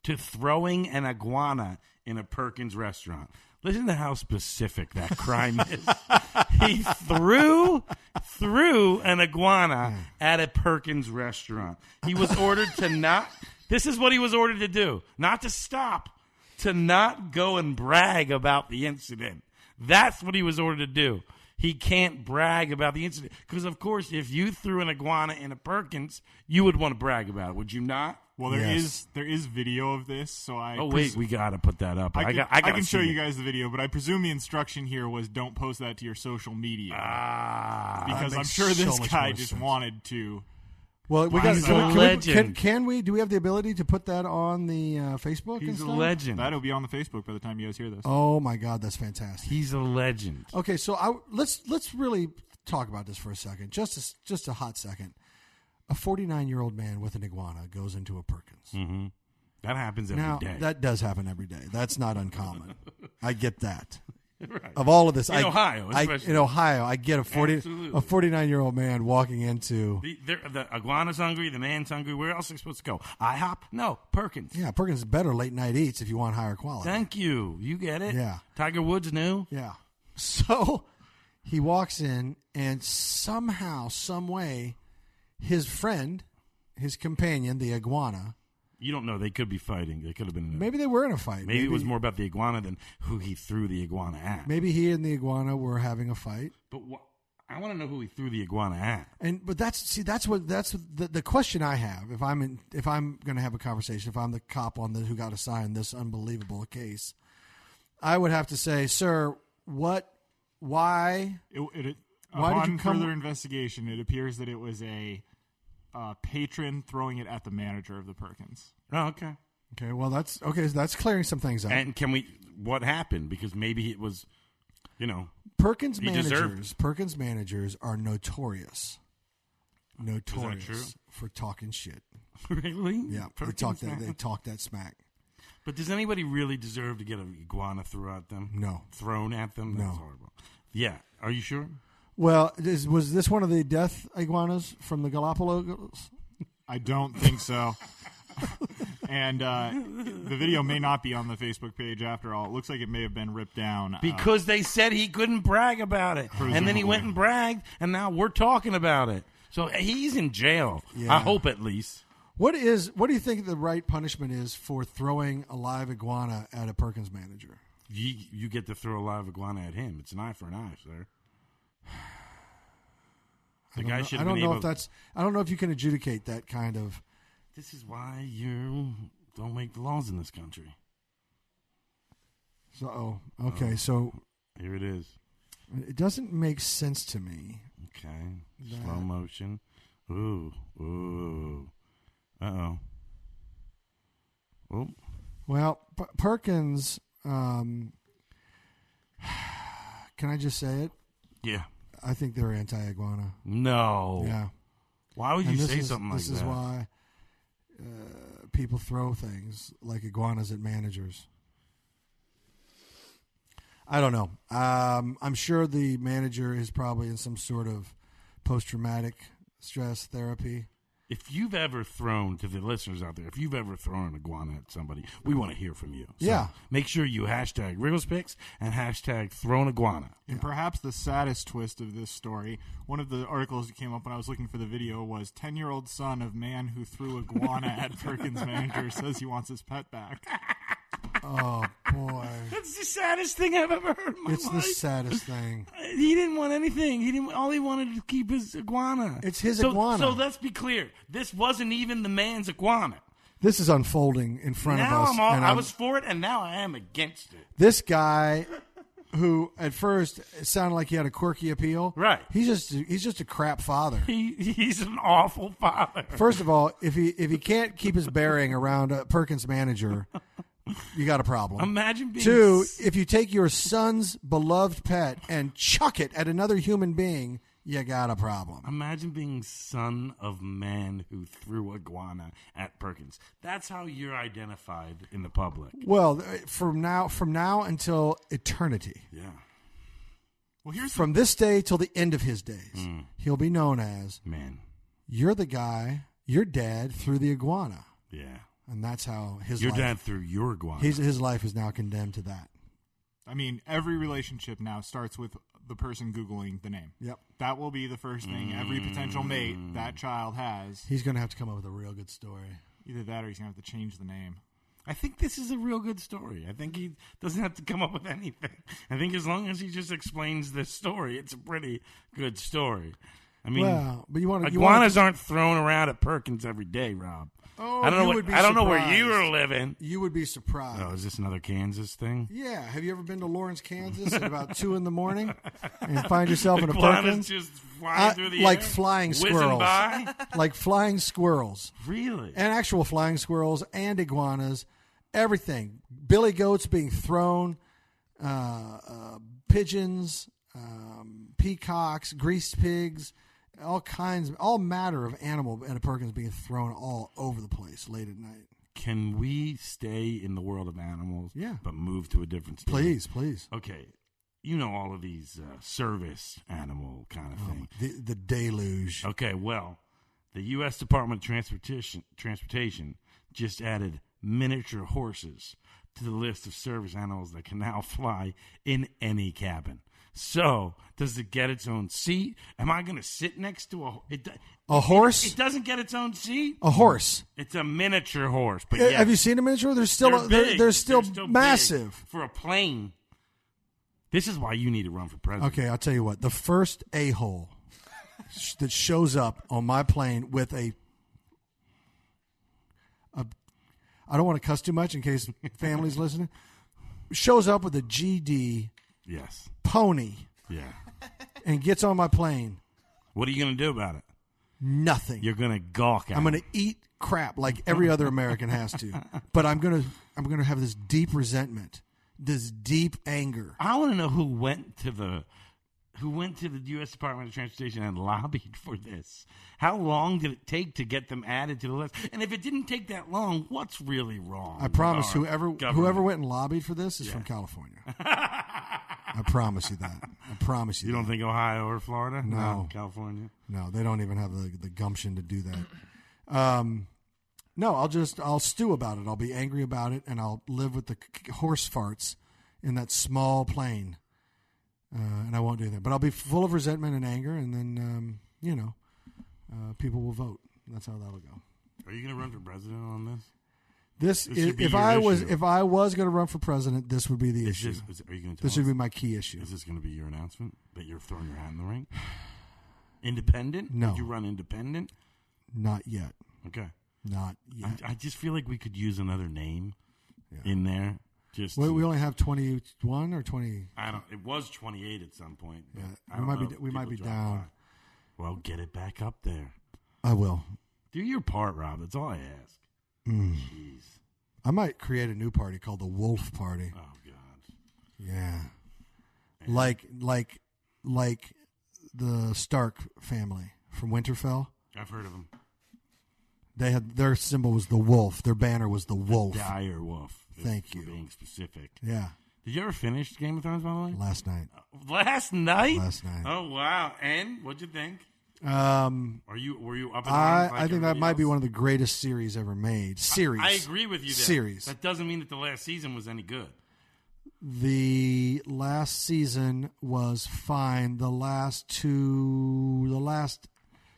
[SPEAKER 2] to throwing an iguana in a Perkins restaurant. Listen to how specific that crime is. he threw threw an iguana at a Perkins restaurant. He was ordered to not. This is what he was ordered to do: not to stop, to not go and brag about the incident. That's what he was ordered to do. He can't brag about the incident because, of course, if you threw an iguana in a Perkins, you would want to brag about it, would you not?
[SPEAKER 3] Well, there is
[SPEAKER 1] Yes.
[SPEAKER 3] there is video of this, so I.
[SPEAKER 2] Oh wait,
[SPEAKER 3] pres-
[SPEAKER 2] we gotta put that up. I,
[SPEAKER 3] I, could-
[SPEAKER 2] got. I,
[SPEAKER 3] I
[SPEAKER 2] gotta
[SPEAKER 3] can show
[SPEAKER 2] see
[SPEAKER 3] you
[SPEAKER 2] it.
[SPEAKER 3] guys the video, but I presume the instruction here was don't post that to your social media
[SPEAKER 2] Ah,
[SPEAKER 3] because I'm
[SPEAKER 1] makes
[SPEAKER 3] sure
[SPEAKER 1] so
[SPEAKER 3] this
[SPEAKER 1] much
[SPEAKER 3] guy
[SPEAKER 1] more
[SPEAKER 3] just
[SPEAKER 1] sense.
[SPEAKER 3] wanted to.
[SPEAKER 1] Well, we got
[SPEAKER 2] He's
[SPEAKER 1] so
[SPEAKER 2] a
[SPEAKER 1] can we-
[SPEAKER 2] legend.
[SPEAKER 1] Can, can we? Do we have the ability to put that on the uh, Facebook? and
[SPEAKER 2] he's a
[SPEAKER 1] stuff?
[SPEAKER 2] legend.
[SPEAKER 3] That'll be on the Facebook by the time you guys hear this.
[SPEAKER 1] Oh my God, that's fantastic.
[SPEAKER 2] He's a legend.
[SPEAKER 3] Oh.
[SPEAKER 1] Okay, so I, let's let's really talk about this for a second, just a, s- just a hot second. A 49 year old man with an iguana goes into a Perkins.
[SPEAKER 2] Mm-hmm. That happens every day.
[SPEAKER 1] Now that does happen every day. That's not uncommon. I get that.
[SPEAKER 2] Right.
[SPEAKER 1] Of all of this,
[SPEAKER 2] In
[SPEAKER 1] I,
[SPEAKER 2] Ohio,
[SPEAKER 1] I-
[SPEAKER 2] especially.
[SPEAKER 1] in Ohio, I get a 40
[SPEAKER 2] Absolutely.
[SPEAKER 1] a 49 year old man walking into
[SPEAKER 2] The, the, the iguana's hungry. The man's hungry. Where else are they supposed to go? IHOP? No, Perkins.
[SPEAKER 1] yeah Perkins is better late night eats if you want higher quality.
[SPEAKER 2] Thank you. You get it.
[SPEAKER 1] Yeah.
[SPEAKER 2] Tiger Woods knew.
[SPEAKER 1] Yeah. So he walks in, and somehow, some way, his friend, his companion, the iguana,
[SPEAKER 2] You don't know. They could be fighting. They could have been. In a, maybe,
[SPEAKER 1] maybe they were in a fight.
[SPEAKER 2] it was more about the iguana than who he threw the iguana at.
[SPEAKER 1] Maybe he and the iguana were having a fight.
[SPEAKER 2] But wha- I want to know who he threw the iguana at.
[SPEAKER 1] And but that's see that's what that's the, the question I have if I'm in, if I'm going to have a conversation if I'm the cop on the who got assigned this unbelievable case, I would have to say, sir, what, why?
[SPEAKER 3] It, it, it-
[SPEAKER 1] Why did
[SPEAKER 3] upon
[SPEAKER 1] you come-
[SPEAKER 3] further investigation, it appears that it was a uh, patron throwing it at the manager of the Perkins.
[SPEAKER 2] Oh, okay.
[SPEAKER 1] Okay, well that's okay. So that's clearing some things up.
[SPEAKER 2] And can we? What happened? Because maybe it was, you know,
[SPEAKER 1] Perkins
[SPEAKER 2] He
[SPEAKER 1] managers,
[SPEAKER 2] deserved-
[SPEAKER 1] Perkins managers are notorious, notorious
[SPEAKER 2] true?
[SPEAKER 1] for talking shit.
[SPEAKER 2] really.
[SPEAKER 1] Yeah,
[SPEAKER 2] Perkins
[SPEAKER 1] they talk that
[SPEAKER 2] man.
[SPEAKER 1] they talk that smack.
[SPEAKER 2] But does anybody really deserve to get an iguana thrown at them?
[SPEAKER 1] No.
[SPEAKER 2] Thrown at them? That's
[SPEAKER 1] No.
[SPEAKER 2] horrible. Yeah. Are you sure?
[SPEAKER 1] Well, is, was this one of the death iguanas from the Galapagos?
[SPEAKER 3] I don't think so. and uh, the video may not be on the Facebook page after all. It looks like it may have been ripped down. Uh,
[SPEAKER 2] Because they said he couldn't brag about it. And then he went and bragged, and now we're talking about it. So he's in jail. I
[SPEAKER 1] Yeah.
[SPEAKER 2] hope at least.
[SPEAKER 1] What is what do you think the right punishment is for throwing a live iguana at a Perkins manager?
[SPEAKER 2] You, you get to throw a live iguana at him. It's an eye for an eye, sir.
[SPEAKER 1] I
[SPEAKER 2] The
[SPEAKER 1] don't
[SPEAKER 2] guy
[SPEAKER 1] know-
[SPEAKER 2] should
[SPEAKER 1] I
[SPEAKER 2] have
[SPEAKER 1] don't
[SPEAKER 2] been
[SPEAKER 1] know
[SPEAKER 2] able
[SPEAKER 1] if that's I don't know if you can adjudicate that kind of.
[SPEAKER 2] This is why you don't make the laws in this country.
[SPEAKER 1] So oh, okay, so
[SPEAKER 2] Here it is.
[SPEAKER 1] it doesn't make sense to me.
[SPEAKER 2] Okay. Slow motion. Ooh. Ooh. Uh oh. Oh.
[SPEAKER 1] Well, P- Perkins, um, can I just say it?
[SPEAKER 2] Yeah.
[SPEAKER 1] I think they're anti-iguana.
[SPEAKER 2] No.
[SPEAKER 1] Yeah.
[SPEAKER 2] Oh. Why would you
[SPEAKER 1] this
[SPEAKER 2] say
[SPEAKER 1] is,
[SPEAKER 2] something like
[SPEAKER 1] this
[SPEAKER 2] that?
[SPEAKER 1] is why uh, people throw things like iguanas at managers. I don't know. Um, I'm sure the manager is probably in some sort of post-traumatic stress therapy.
[SPEAKER 2] If you've ever thrown to the listeners out there, if you've ever thrown an iguana at somebody, we want to hear from you. So
[SPEAKER 1] Yeah.
[SPEAKER 2] Make sure you hashtag Wrigglespics and hashtag thrown iguana.
[SPEAKER 3] And perhaps the saddest twist of this story, one of the articles that came up when I was looking for the video was 10 year old son of man who threw iguana at Perkins manager says he wants his pet back.
[SPEAKER 1] Oh boy,
[SPEAKER 2] That's the saddest thing I've ever heard in my
[SPEAKER 1] it's the
[SPEAKER 2] life.
[SPEAKER 1] saddest thing.
[SPEAKER 2] He didn't want anything. He didn't. All he wanted to keep his iguana.
[SPEAKER 1] It's his
[SPEAKER 2] so,
[SPEAKER 1] iguana.
[SPEAKER 2] So let's be clear. This wasn't even the man's iguana.
[SPEAKER 1] This is unfolding in front
[SPEAKER 2] now
[SPEAKER 1] of us.
[SPEAKER 2] I'm all.
[SPEAKER 1] and
[SPEAKER 2] I
[SPEAKER 1] I'm-
[SPEAKER 2] was for it, and now I am against it.
[SPEAKER 1] this guy who at first it sounded like he had a quirky appeal.
[SPEAKER 2] Right.
[SPEAKER 1] He's just he's just a crap father.
[SPEAKER 2] He he's an awful father.
[SPEAKER 1] First of all, if he if he can't keep his bearing around a Perkins manager, you got a problem.
[SPEAKER 2] Imagine being
[SPEAKER 1] Two,
[SPEAKER 2] s-
[SPEAKER 1] if you take your son's beloved pet and chuck it at another human being, you got a problem.
[SPEAKER 2] Imagine being son of man who threw iguana at Perkins. That's how you're identified in the public.
[SPEAKER 1] Well, from now from now until eternity,
[SPEAKER 2] Yeah,
[SPEAKER 3] Well, here's the
[SPEAKER 1] from this day till the end of his days, he'll be known as
[SPEAKER 2] man.
[SPEAKER 1] you're the guy, your dad threw the iguana,
[SPEAKER 2] Yeah,
[SPEAKER 1] and that's how his
[SPEAKER 2] your
[SPEAKER 1] life,
[SPEAKER 2] dad threw your iguana.
[SPEAKER 1] his his life is now condemned to that.
[SPEAKER 3] I mean, every relationship now starts with the person Googling the name.
[SPEAKER 1] Yep,
[SPEAKER 3] That will be the first thing every potential mate that child has.
[SPEAKER 1] he's going to have to come up with a real good story.
[SPEAKER 3] Either that or he's going to have to change the name.
[SPEAKER 2] I think this is a real good story. I think he doesn't have to come up with anything. I think as long as he just explains the story, it's a pretty good story. I mean,
[SPEAKER 1] well, but Oh, you want to
[SPEAKER 2] iguanas aren't thrown around at Perkins every day, Rob.
[SPEAKER 1] Oh,
[SPEAKER 2] I don't know.
[SPEAKER 1] you
[SPEAKER 2] what-
[SPEAKER 1] would be
[SPEAKER 2] I don't know where
[SPEAKER 1] surprised.
[SPEAKER 2] you were living.
[SPEAKER 1] You would be surprised.
[SPEAKER 2] Oh, is this another Kansas thing?
[SPEAKER 1] Yeah. Have you ever been to Lawrence, Kansas at about two in the morning and find yourself in a
[SPEAKER 2] Iguanas
[SPEAKER 1] Perkins?
[SPEAKER 2] just flying
[SPEAKER 1] Uh,
[SPEAKER 2] through the
[SPEAKER 1] like
[SPEAKER 2] air,
[SPEAKER 1] flying
[SPEAKER 2] whizzing
[SPEAKER 1] squirrels.
[SPEAKER 2] by?
[SPEAKER 1] Like flying squirrels
[SPEAKER 2] Really?
[SPEAKER 1] and actual flying squirrels and iguanas, everything. Billy goats being thrown, uh, uh, pigeons, um, peacocks, greased pigs, all kinds, all matter of animal at a Perkins being thrown all over the place late at night.
[SPEAKER 2] Can we stay in the world of animals?
[SPEAKER 1] Yeah.
[SPEAKER 2] but move to a different state?
[SPEAKER 1] Please, please.
[SPEAKER 2] Okay, you know all of these uh, service animal
[SPEAKER 1] Oh,
[SPEAKER 2] kind of thing.
[SPEAKER 1] The, the deluge.
[SPEAKER 2] Okay, well, the U.S. Department of Transportation Transportation just added miniature horses to the list of service animals that can now fly in any cabin. So, does it get its own seat? Am I going to sit next to a? It, do-
[SPEAKER 1] A horse?
[SPEAKER 2] it doesn't get its own seat.
[SPEAKER 1] A horse.
[SPEAKER 2] It's a miniature horse, but
[SPEAKER 1] Uh,
[SPEAKER 2] yes,
[SPEAKER 1] Oh. Have you seen a miniature? They're still they're,
[SPEAKER 2] big.
[SPEAKER 1] they're still
[SPEAKER 2] big
[SPEAKER 1] massive.
[SPEAKER 2] for a plane. This is why you need to run for president.
[SPEAKER 1] Okay, I'll tell you what. The first a hole sh- that shows up on my plane with a, a I don't want to cuss too much in case families listening. Shows up with a GD
[SPEAKER 2] Yes.
[SPEAKER 1] pony
[SPEAKER 2] Yeah.
[SPEAKER 1] and gets on my plane.
[SPEAKER 2] What are you going to do about it?
[SPEAKER 1] Nothing.
[SPEAKER 2] You're going to gawk at.
[SPEAKER 1] I'm
[SPEAKER 2] it.
[SPEAKER 1] going to eat crap like every other American has to. But I'm going to I'm going to have this deep resentment, this deep anger.
[SPEAKER 2] I want to know who went to the who went to the U.S. Department of Transportation and lobbied for this. How long did it take to get them added to the list? And if it didn't take that long, what's really wrong?
[SPEAKER 1] I promise
[SPEAKER 2] with our
[SPEAKER 1] whoever
[SPEAKER 2] government?
[SPEAKER 1] whoever went and lobbied for this is from California. I promise you that. I promise you.
[SPEAKER 2] You don't
[SPEAKER 1] that.
[SPEAKER 2] think Ohio or Florida?
[SPEAKER 1] No.
[SPEAKER 2] California.
[SPEAKER 1] No, they don't even have the, the gumption to do that. Um, no, I'll just I'll stew about it. I'll be angry about it, and I'll live with the c- c- horse farts in that small plane. Uh, and I won't do anything, but I'll be full of resentment and anger, and then um, you know, uh, people will vote. That's how that'll go.
[SPEAKER 2] Are you going to run for president on this?
[SPEAKER 1] This,
[SPEAKER 2] This
[SPEAKER 1] is,
[SPEAKER 2] should be
[SPEAKER 1] if
[SPEAKER 2] your
[SPEAKER 1] I was
[SPEAKER 2] issue.
[SPEAKER 1] if I was going to run for president, this would be the
[SPEAKER 2] Is
[SPEAKER 1] issue.
[SPEAKER 2] this, is, are you going to tell
[SPEAKER 1] this would
[SPEAKER 2] us?
[SPEAKER 1] be my key issue.
[SPEAKER 2] Is this going to be your announcement that you're throwing your hat in the ring? Independent?
[SPEAKER 1] No.
[SPEAKER 2] Would you run independent?
[SPEAKER 1] Not yet.
[SPEAKER 2] Okay.
[SPEAKER 1] Not
[SPEAKER 2] I,
[SPEAKER 1] yet.
[SPEAKER 2] I just feel like we could use another name
[SPEAKER 1] Yeah.
[SPEAKER 2] in there. Just
[SPEAKER 1] Wait,
[SPEAKER 2] to-
[SPEAKER 1] we only have twenty one or twenty.
[SPEAKER 2] I don't. It was 28 at some point. but
[SPEAKER 1] Yeah,
[SPEAKER 2] I
[SPEAKER 1] we
[SPEAKER 2] don't
[SPEAKER 1] might be
[SPEAKER 2] know
[SPEAKER 1] d-
[SPEAKER 2] if
[SPEAKER 1] we might
[SPEAKER 2] people
[SPEAKER 1] be
[SPEAKER 2] dropped
[SPEAKER 1] down.
[SPEAKER 2] by. Well, get it back up there.
[SPEAKER 1] I will.
[SPEAKER 2] Do your part, Rob. That's all I ask.
[SPEAKER 1] Mm.
[SPEAKER 2] Jeez.
[SPEAKER 1] I might create a new party called the Wolf Party.
[SPEAKER 2] Oh God.
[SPEAKER 1] Yeah, like like like the Stark family from Winterfell.
[SPEAKER 2] I've heard of him.
[SPEAKER 1] They had their symbol was the wolf. Their banner was the wolf.
[SPEAKER 2] Dire Wolf. if
[SPEAKER 1] Thank
[SPEAKER 2] we're
[SPEAKER 1] you.
[SPEAKER 2] Being specific.
[SPEAKER 1] Yeah,
[SPEAKER 2] Did you ever finish Game of Thrones? By the way,
[SPEAKER 1] last night.
[SPEAKER 2] last night.
[SPEAKER 1] Last night.
[SPEAKER 2] Oh wow! And what'd you think?
[SPEAKER 1] Um,
[SPEAKER 2] Are you were you up? In
[SPEAKER 1] I,
[SPEAKER 2] arms like
[SPEAKER 1] I think that
[SPEAKER 2] everybody
[SPEAKER 1] might be
[SPEAKER 2] else?
[SPEAKER 1] one of the greatest series ever made. Series.
[SPEAKER 2] I agree with you. There.
[SPEAKER 1] Series.
[SPEAKER 2] That doesn't mean that the last season was any good.
[SPEAKER 1] The last season was fine. The last two, the last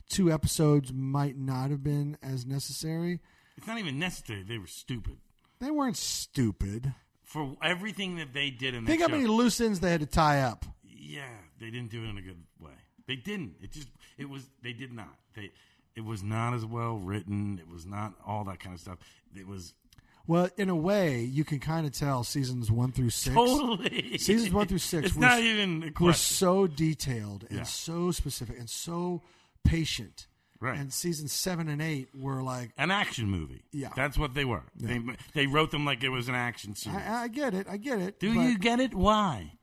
[SPEAKER 1] two episodes might not have been as necessary.
[SPEAKER 2] It's not even necessary. They were stupid
[SPEAKER 1] They weren't stupid.
[SPEAKER 2] for everything that they did in that
[SPEAKER 1] Think how
[SPEAKER 2] show.
[SPEAKER 1] many loose ends they had to tie up.
[SPEAKER 2] yeah, they didn't do it in a good way. They didn't. It just it was they did not. They it was not as well written. It was not all that kind of stuff. It was
[SPEAKER 1] Well, in a way, you can kind of tell seasons one through six.
[SPEAKER 2] totally
[SPEAKER 1] Seasons one through six
[SPEAKER 2] It's
[SPEAKER 1] were-
[SPEAKER 2] not even a
[SPEAKER 1] We're
[SPEAKER 2] question.
[SPEAKER 1] so detailed and
[SPEAKER 2] Yeah.
[SPEAKER 1] so specific and so patient.
[SPEAKER 2] Right.
[SPEAKER 1] And season seven and eight were like,
[SPEAKER 2] An action movie.
[SPEAKER 1] Yeah.
[SPEAKER 2] that's what they were. They they wrote them like it was an action series.
[SPEAKER 1] I, I get it, I get it.
[SPEAKER 2] do
[SPEAKER 1] but-
[SPEAKER 2] you get it? Why?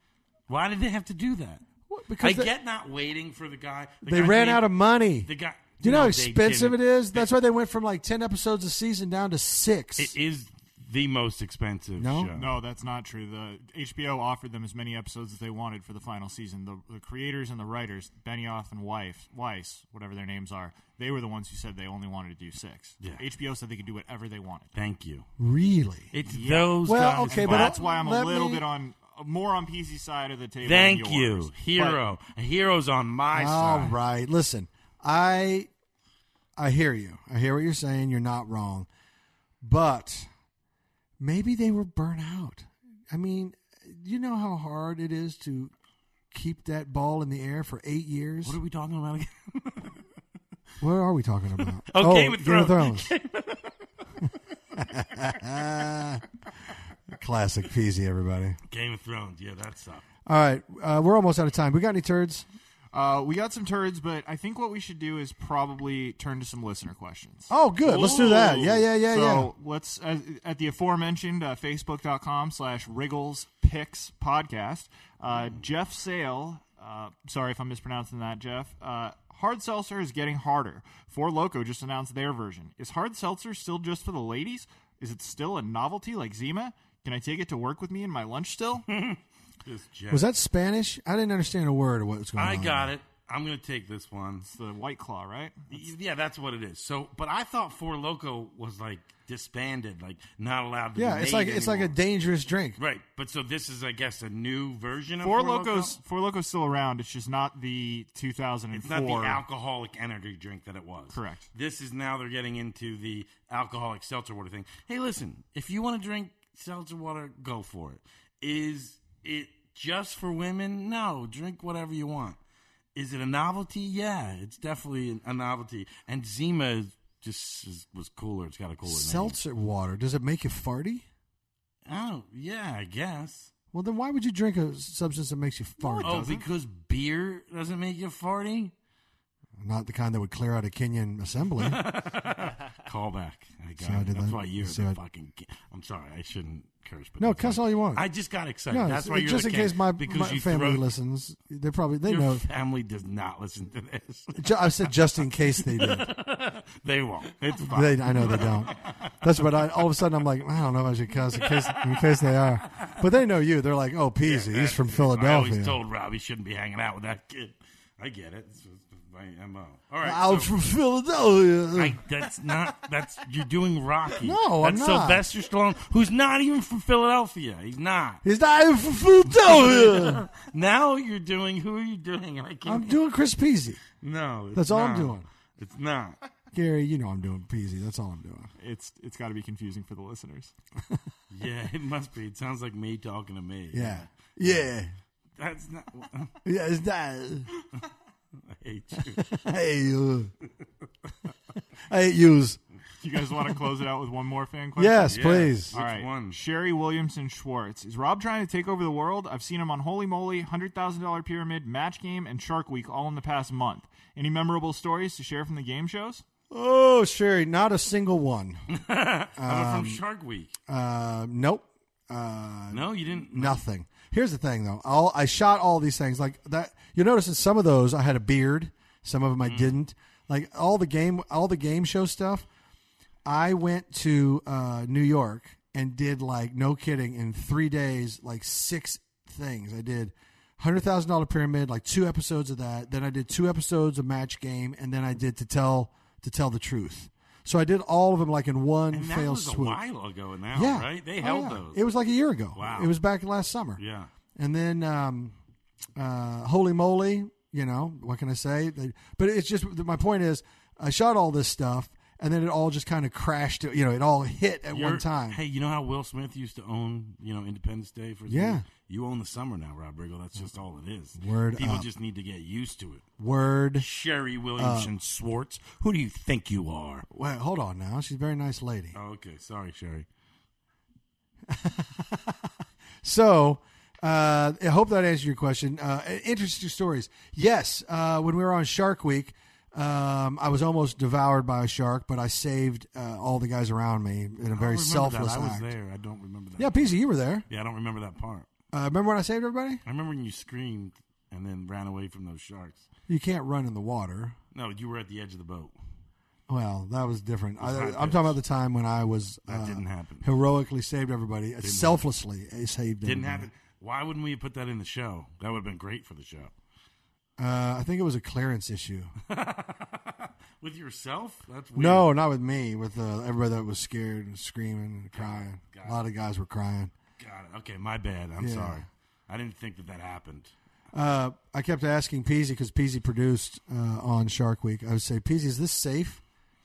[SPEAKER 2] Why did they have to do that?
[SPEAKER 1] What-
[SPEAKER 2] I
[SPEAKER 1] Because they,
[SPEAKER 2] get not waiting for the guy. The
[SPEAKER 1] they
[SPEAKER 2] guy
[SPEAKER 1] ran
[SPEAKER 2] came-
[SPEAKER 1] out of money.
[SPEAKER 2] the guy.
[SPEAKER 1] do you know
[SPEAKER 2] No,
[SPEAKER 1] how
[SPEAKER 2] they
[SPEAKER 1] expensive it
[SPEAKER 2] didn't.
[SPEAKER 1] is? That's why they went from like ten episodes a season down to six.
[SPEAKER 2] It is the most expensive
[SPEAKER 1] No?
[SPEAKER 2] show.
[SPEAKER 3] No, that's not true. The HBO offered them as many episodes as they wanted for the final season. The, the creators and the writers, Benioff and Weiss, Weiss, whatever their names are, they were the ones who said they only wanted to do six.
[SPEAKER 2] Yeah.
[SPEAKER 3] HBO said they could do whatever they wanted.
[SPEAKER 2] Thank you.
[SPEAKER 1] really?
[SPEAKER 2] It's those
[SPEAKER 1] Well,
[SPEAKER 2] guys.
[SPEAKER 1] okay,
[SPEAKER 3] But
[SPEAKER 1] But
[SPEAKER 3] that's
[SPEAKER 1] I-
[SPEAKER 3] why I'm a
[SPEAKER 1] let
[SPEAKER 3] little
[SPEAKER 1] me-
[SPEAKER 3] bit on more on PC's side of the table. than
[SPEAKER 2] Thank
[SPEAKER 3] yours.
[SPEAKER 2] you, hero. A hero's on my
[SPEAKER 1] All
[SPEAKER 2] side.
[SPEAKER 1] right. Listen, I I hear you. I hear what you're saying. You're not wrong. But maybe they were burnt out. I mean, you know how hard it is to keep that ball in the air for eight years?
[SPEAKER 2] What are we talking about again?
[SPEAKER 1] What are we talking about?
[SPEAKER 2] Oh, Game of Thrones.
[SPEAKER 1] Classic peasy, everybody.
[SPEAKER 2] Game of Thrones. Yeah, that's up.
[SPEAKER 1] All right. Uh, we're almost out of time. We got any turds?
[SPEAKER 3] Uh, we got some turds, but I think what we should do is probably turn to some listener questions.
[SPEAKER 1] Oh, good. Let's do that. Yeah, yeah, yeah,
[SPEAKER 3] so
[SPEAKER 1] yeah.
[SPEAKER 3] let's uh, at the aforementioned uh, facebook.com slash wriggles picks podcast uh, jeff sale uh, sorry if i'm mispronouncing that jeff uh, hard seltzer is getting harder four loco just announced their version is hard seltzer still just for the ladies is it still a novelty like zima can i take it to work with me in my lunch still
[SPEAKER 2] This Jeff.
[SPEAKER 1] Was that Spanish? I didn't understand a word of what was going
[SPEAKER 2] I
[SPEAKER 1] on.
[SPEAKER 2] got it. I'm gonna take this one.
[SPEAKER 3] it's the white claw right
[SPEAKER 2] Yeah, that's what it is. So, but I thought Four Loco was like disbanded, like not allowed to.
[SPEAKER 1] Yeah,
[SPEAKER 2] be
[SPEAKER 1] it's
[SPEAKER 2] made
[SPEAKER 1] like it's like a
[SPEAKER 2] anymore.
[SPEAKER 1] dangerous drink.
[SPEAKER 2] right. But so this is, I guess, a new version of
[SPEAKER 3] Four
[SPEAKER 2] Four,
[SPEAKER 3] Locos,
[SPEAKER 2] Loko?
[SPEAKER 3] Four Locos still around. It's just not the 2004.
[SPEAKER 2] It's not the alcoholic energy drink that it was.
[SPEAKER 3] Correct.
[SPEAKER 2] This is now they're getting into the alcoholic seltzer water thing. Hey, listen, if you want to drink seltzer water, go for it. Is it just for women? No, drink whatever you want. Is it a novelty? Yeah, it's definitely a novelty. And Zima is just is, was cooler. It's got a cooler name.
[SPEAKER 1] Seltzer water. Does it make you farty?
[SPEAKER 2] Oh, yeah, I guess.
[SPEAKER 1] Well, then why would you drink a substance that makes you fart?
[SPEAKER 2] Oh, because beer doesn't make you farty?
[SPEAKER 1] Oh. Not the kind that would clear out a Kenyan assembly.
[SPEAKER 2] Call back. I got
[SPEAKER 1] See, I
[SPEAKER 2] it.
[SPEAKER 1] did
[SPEAKER 2] That's
[SPEAKER 1] that.
[SPEAKER 2] why you're
[SPEAKER 1] See,
[SPEAKER 2] the
[SPEAKER 1] I-
[SPEAKER 2] fucking. ki- I'm sorry. I shouldn't curse. But
[SPEAKER 1] no,
[SPEAKER 2] that's
[SPEAKER 1] cuss
[SPEAKER 2] why-
[SPEAKER 1] all you want.
[SPEAKER 2] I just got excited.
[SPEAKER 1] no,
[SPEAKER 2] that's
[SPEAKER 1] it's-
[SPEAKER 2] why you're
[SPEAKER 1] just
[SPEAKER 2] the
[SPEAKER 1] in
[SPEAKER 2] king,
[SPEAKER 1] case my,
[SPEAKER 2] because
[SPEAKER 1] my
[SPEAKER 2] you
[SPEAKER 1] family
[SPEAKER 2] throw-
[SPEAKER 1] listens. They probably they
[SPEAKER 2] Your
[SPEAKER 1] know.
[SPEAKER 2] family does not listen to this.
[SPEAKER 1] Ju- I said just in case they did.
[SPEAKER 2] they won't. It's fine.
[SPEAKER 1] They, I know they don't. That's what I. All of a sudden, I'm like, I don't know if I should cuss in case in case they are. But they know you. They're like, oh, peasy. He's from
[SPEAKER 2] I always
[SPEAKER 1] Philadelphia.
[SPEAKER 2] told Rob he shouldn't be hanging out with that kid. I get it. It's my mo. All right.
[SPEAKER 1] I'm
[SPEAKER 2] so-
[SPEAKER 1] from Philadelphia.
[SPEAKER 2] I, that's not. That's you're doing Rocky.
[SPEAKER 1] No, I'm
[SPEAKER 2] that's
[SPEAKER 1] not.
[SPEAKER 2] Sylvester Stallone, who's not even from Philadelphia. He's not.
[SPEAKER 1] He's not even from Philadelphia.
[SPEAKER 2] Now you're doing. Who are you doing? I can't.
[SPEAKER 1] I'm doing Chris Peasy.
[SPEAKER 2] no, it's
[SPEAKER 1] That's all I'm
[SPEAKER 2] not.
[SPEAKER 1] doing.
[SPEAKER 2] It's not.
[SPEAKER 1] Gary, you know I'm doing peasy. That's all I'm doing.
[SPEAKER 3] It's it's got to be confusing for the listeners.
[SPEAKER 2] Yeah, it must be. It sounds like me talking to me.
[SPEAKER 1] Yeah. Yeah.
[SPEAKER 2] That's not. I
[SPEAKER 1] Yeah, it's that.
[SPEAKER 2] hate you.
[SPEAKER 1] Hey, you. I hate yous.
[SPEAKER 3] You guys want to close it out with one more fan question?
[SPEAKER 1] Yes,
[SPEAKER 2] Yeah.
[SPEAKER 1] please.
[SPEAKER 3] All right.
[SPEAKER 2] one?
[SPEAKER 3] Sherry Williamson Schwartz. Is Rob trying to take over the world? I've seen him on Holy Moly, $100,000 Pyramid, Match Game, and Shark Week all in the past month. Any memorable stories to share from the game shows?
[SPEAKER 1] Oh, Sherry, not a single one. Um,
[SPEAKER 2] I'm from Shark Week.
[SPEAKER 1] Uh, nope. Uh,
[SPEAKER 2] No, you didn't.
[SPEAKER 1] nothing. Here's the thing, though. All I shot all these things like that. You notice in some of those I had a beard. Some of them
[SPEAKER 2] Mm.
[SPEAKER 1] I didn't. Like all the game, all the game show stuff. I went to uh, New York and did like no kidding in three days, like six things. I did hundred thousand dollar pyramid, like two episodes of that. Then I did two episodes of Match Game, and then I did to tell to tell the truth. So I did all of them like in one
[SPEAKER 2] And that
[SPEAKER 1] fail
[SPEAKER 2] was
[SPEAKER 1] swoop.
[SPEAKER 2] a while ago now,
[SPEAKER 1] yeah,
[SPEAKER 2] right? They
[SPEAKER 1] Oh,
[SPEAKER 2] held
[SPEAKER 1] yeah.
[SPEAKER 2] those.
[SPEAKER 1] It was like a year ago.
[SPEAKER 2] Wow.
[SPEAKER 1] it was back last summer.
[SPEAKER 2] yeah.
[SPEAKER 1] And then, um, uh, holy moly, you know, what can I say? They, but it's just my point is, I shot all this stuff, and then it all just kind of crashed. You know, it all hit at one
[SPEAKER 2] You're-
[SPEAKER 1] time.
[SPEAKER 2] Hey, you know how Will Smith used to own, you know, Independence Day for
[SPEAKER 1] Yeah.
[SPEAKER 2] You own the summer now, Rob Riggle. That's just all it is.
[SPEAKER 1] Word
[SPEAKER 2] People
[SPEAKER 1] up.
[SPEAKER 2] just need to get used to it.
[SPEAKER 1] Word.
[SPEAKER 2] Sherry Williamson
[SPEAKER 1] Uh,
[SPEAKER 2] Swartz, who do you think you are?
[SPEAKER 1] Wait, hold on now. She's a very nice lady.
[SPEAKER 2] Oh, okay, sorry, Sherry.
[SPEAKER 1] So uh, I hope that answered your question. Uh, interesting stories. Yes, uh, when we were on Shark Week, um, I was almost devoured by a shark, but I saved uh, all the guys around me in a
[SPEAKER 2] I
[SPEAKER 1] very
[SPEAKER 2] don't remember
[SPEAKER 1] selfless
[SPEAKER 2] that. I was
[SPEAKER 1] act.
[SPEAKER 2] there. I don't remember that.
[SPEAKER 1] Yeah, PZ, you were there.
[SPEAKER 2] Yeah, I don't remember that part.
[SPEAKER 1] Uh, remember when I saved everybody?
[SPEAKER 2] I remember when you screamed and then ran away from those sharks.
[SPEAKER 1] You can't run in the water.
[SPEAKER 2] No, you were at the edge of the boat.
[SPEAKER 1] Well, that was different. I,
[SPEAKER 2] hot
[SPEAKER 1] I'm
[SPEAKER 2] pits.
[SPEAKER 1] talking about the time when I was
[SPEAKER 2] That
[SPEAKER 1] uh,
[SPEAKER 2] didn't happen.
[SPEAKER 1] heroically saved everybody, uh, selflessly uh, saved.
[SPEAKER 2] Didn't
[SPEAKER 1] everybody.
[SPEAKER 2] happen. Why wouldn't we have put that in the show? That would have been great for the show.
[SPEAKER 1] Uh, I think it was a clearance issue.
[SPEAKER 2] With yourself? That's weird.
[SPEAKER 1] No, not with me. With uh, everybody that was scared and screaming and crying.
[SPEAKER 2] Got it.
[SPEAKER 1] A lot of guys were crying.
[SPEAKER 2] Got it. Okay, my bad. I'm
[SPEAKER 1] Yeah.
[SPEAKER 2] sorry. I didn't think that that happened.
[SPEAKER 1] Uh, I kept asking Peasy because Peasy produced uh, on Shark Week. I would say, Peasy, is this safe?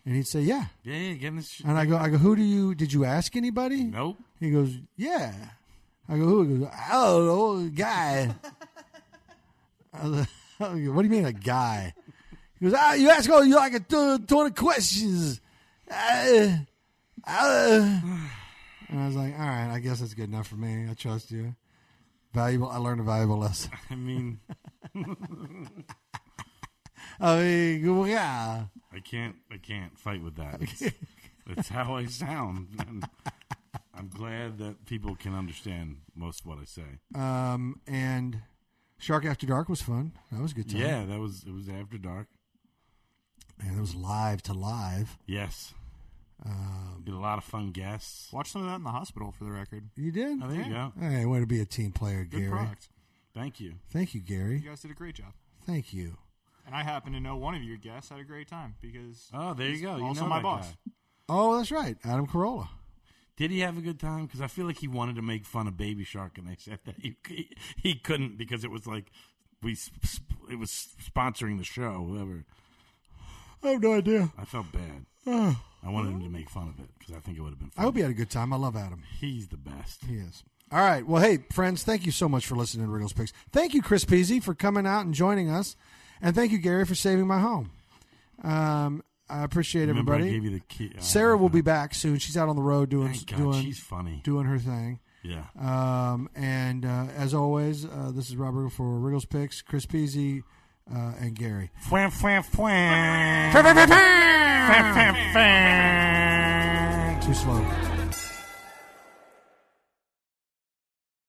[SPEAKER 1] And he'd say, Yeah.
[SPEAKER 2] Yeah, yeah, getting this. Sh-
[SPEAKER 1] And I go, I go, who do you? Did you ask anybody?
[SPEAKER 2] nope.
[SPEAKER 1] He goes, Yeah. I go, who? He goes, I don't know, a guy. I was like, what do you mean a guy? He goes, ah, you ask all you like a t- ton of questions. Uh, uh. And I was like, all right, I guess that's good enough for me. I trust you. Valuable. I learned a valuable lesson.
[SPEAKER 2] I mean,
[SPEAKER 1] I mean, yeah.
[SPEAKER 2] I can't. I can't fight with that. It's, it's how I sound. And I'm glad that people can understand most of what I say.
[SPEAKER 1] Um, and Shark After Dark was fun. That was a good time.
[SPEAKER 2] Yeah, that was. It was after dark.
[SPEAKER 1] Man, that was live to live.
[SPEAKER 2] Yes. Um, Did a lot of fun guests.
[SPEAKER 3] Watch some of that in the hospital for the record.
[SPEAKER 1] You did?
[SPEAKER 2] Oh, there you go.
[SPEAKER 1] Hey, way to be a team player,
[SPEAKER 3] Good
[SPEAKER 1] Gary.
[SPEAKER 3] product.
[SPEAKER 2] Thank you.
[SPEAKER 1] Thank you, Gary.
[SPEAKER 3] You guys did a great job.
[SPEAKER 1] Thank you.
[SPEAKER 3] And I happen to know one of your guests had a great time because
[SPEAKER 2] Oh, there you go. You
[SPEAKER 3] also
[SPEAKER 2] know
[SPEAKER 3] my
[SPEAKER 2] that
[SPEAKER 3] boss.
[SPEAKER 2] guy.
[SPEAKER 1] Oh, that's right, Adam Carolla.
[SPEAKER 2] Did he have a good time? Because I feel like he wanted to make fun of Baby Shark, and they said that he he, he couldn't because it was like we s- s- it was sponsoring the show. Whoever
[SPEAKER 1] I have no idea.
[SPEAKER 2] I felt bad. I wanted him to make fun of it because I think it would have been.
[SPEAKER 1] I
[SPEAKER 2] Fun.
[SPEAKER 1] hope you had a good time. I love Adam.
[SPEAKER 2] He's the best.
[SPEAKER 1] He is. All right. Well, hey, friends, thank you so much for listening to Riggles Picks. Thank you, Chris Peasy, for coming out and joining us. And thank you, Gary, for saving my home. Um, I appreciate
[SPEAKER 2] Remember, I
[SPEAKER 1] everybody.
[SPEAKER 2] gave you the key. uh,
[SPEAKER 1] Sarah will be back soon. She's out on the road doing
[SPEAKER 2] Thank God,
[SPEAKER 1] doing
[SPEAKER 2] she's funny.
[SPEAKER 1] doing her thing.
[SPEAKER 2] yeah.
[SPEAKER 1] Um, and uh, as always, uh, this is Robert for Riggles Picks, Chris Peasy, uh, and Gary.
[SPEAKER 2] Fwam, fwam, fwam. Fwam, fwam, fwam.
[SPEAKER 1] Too slow.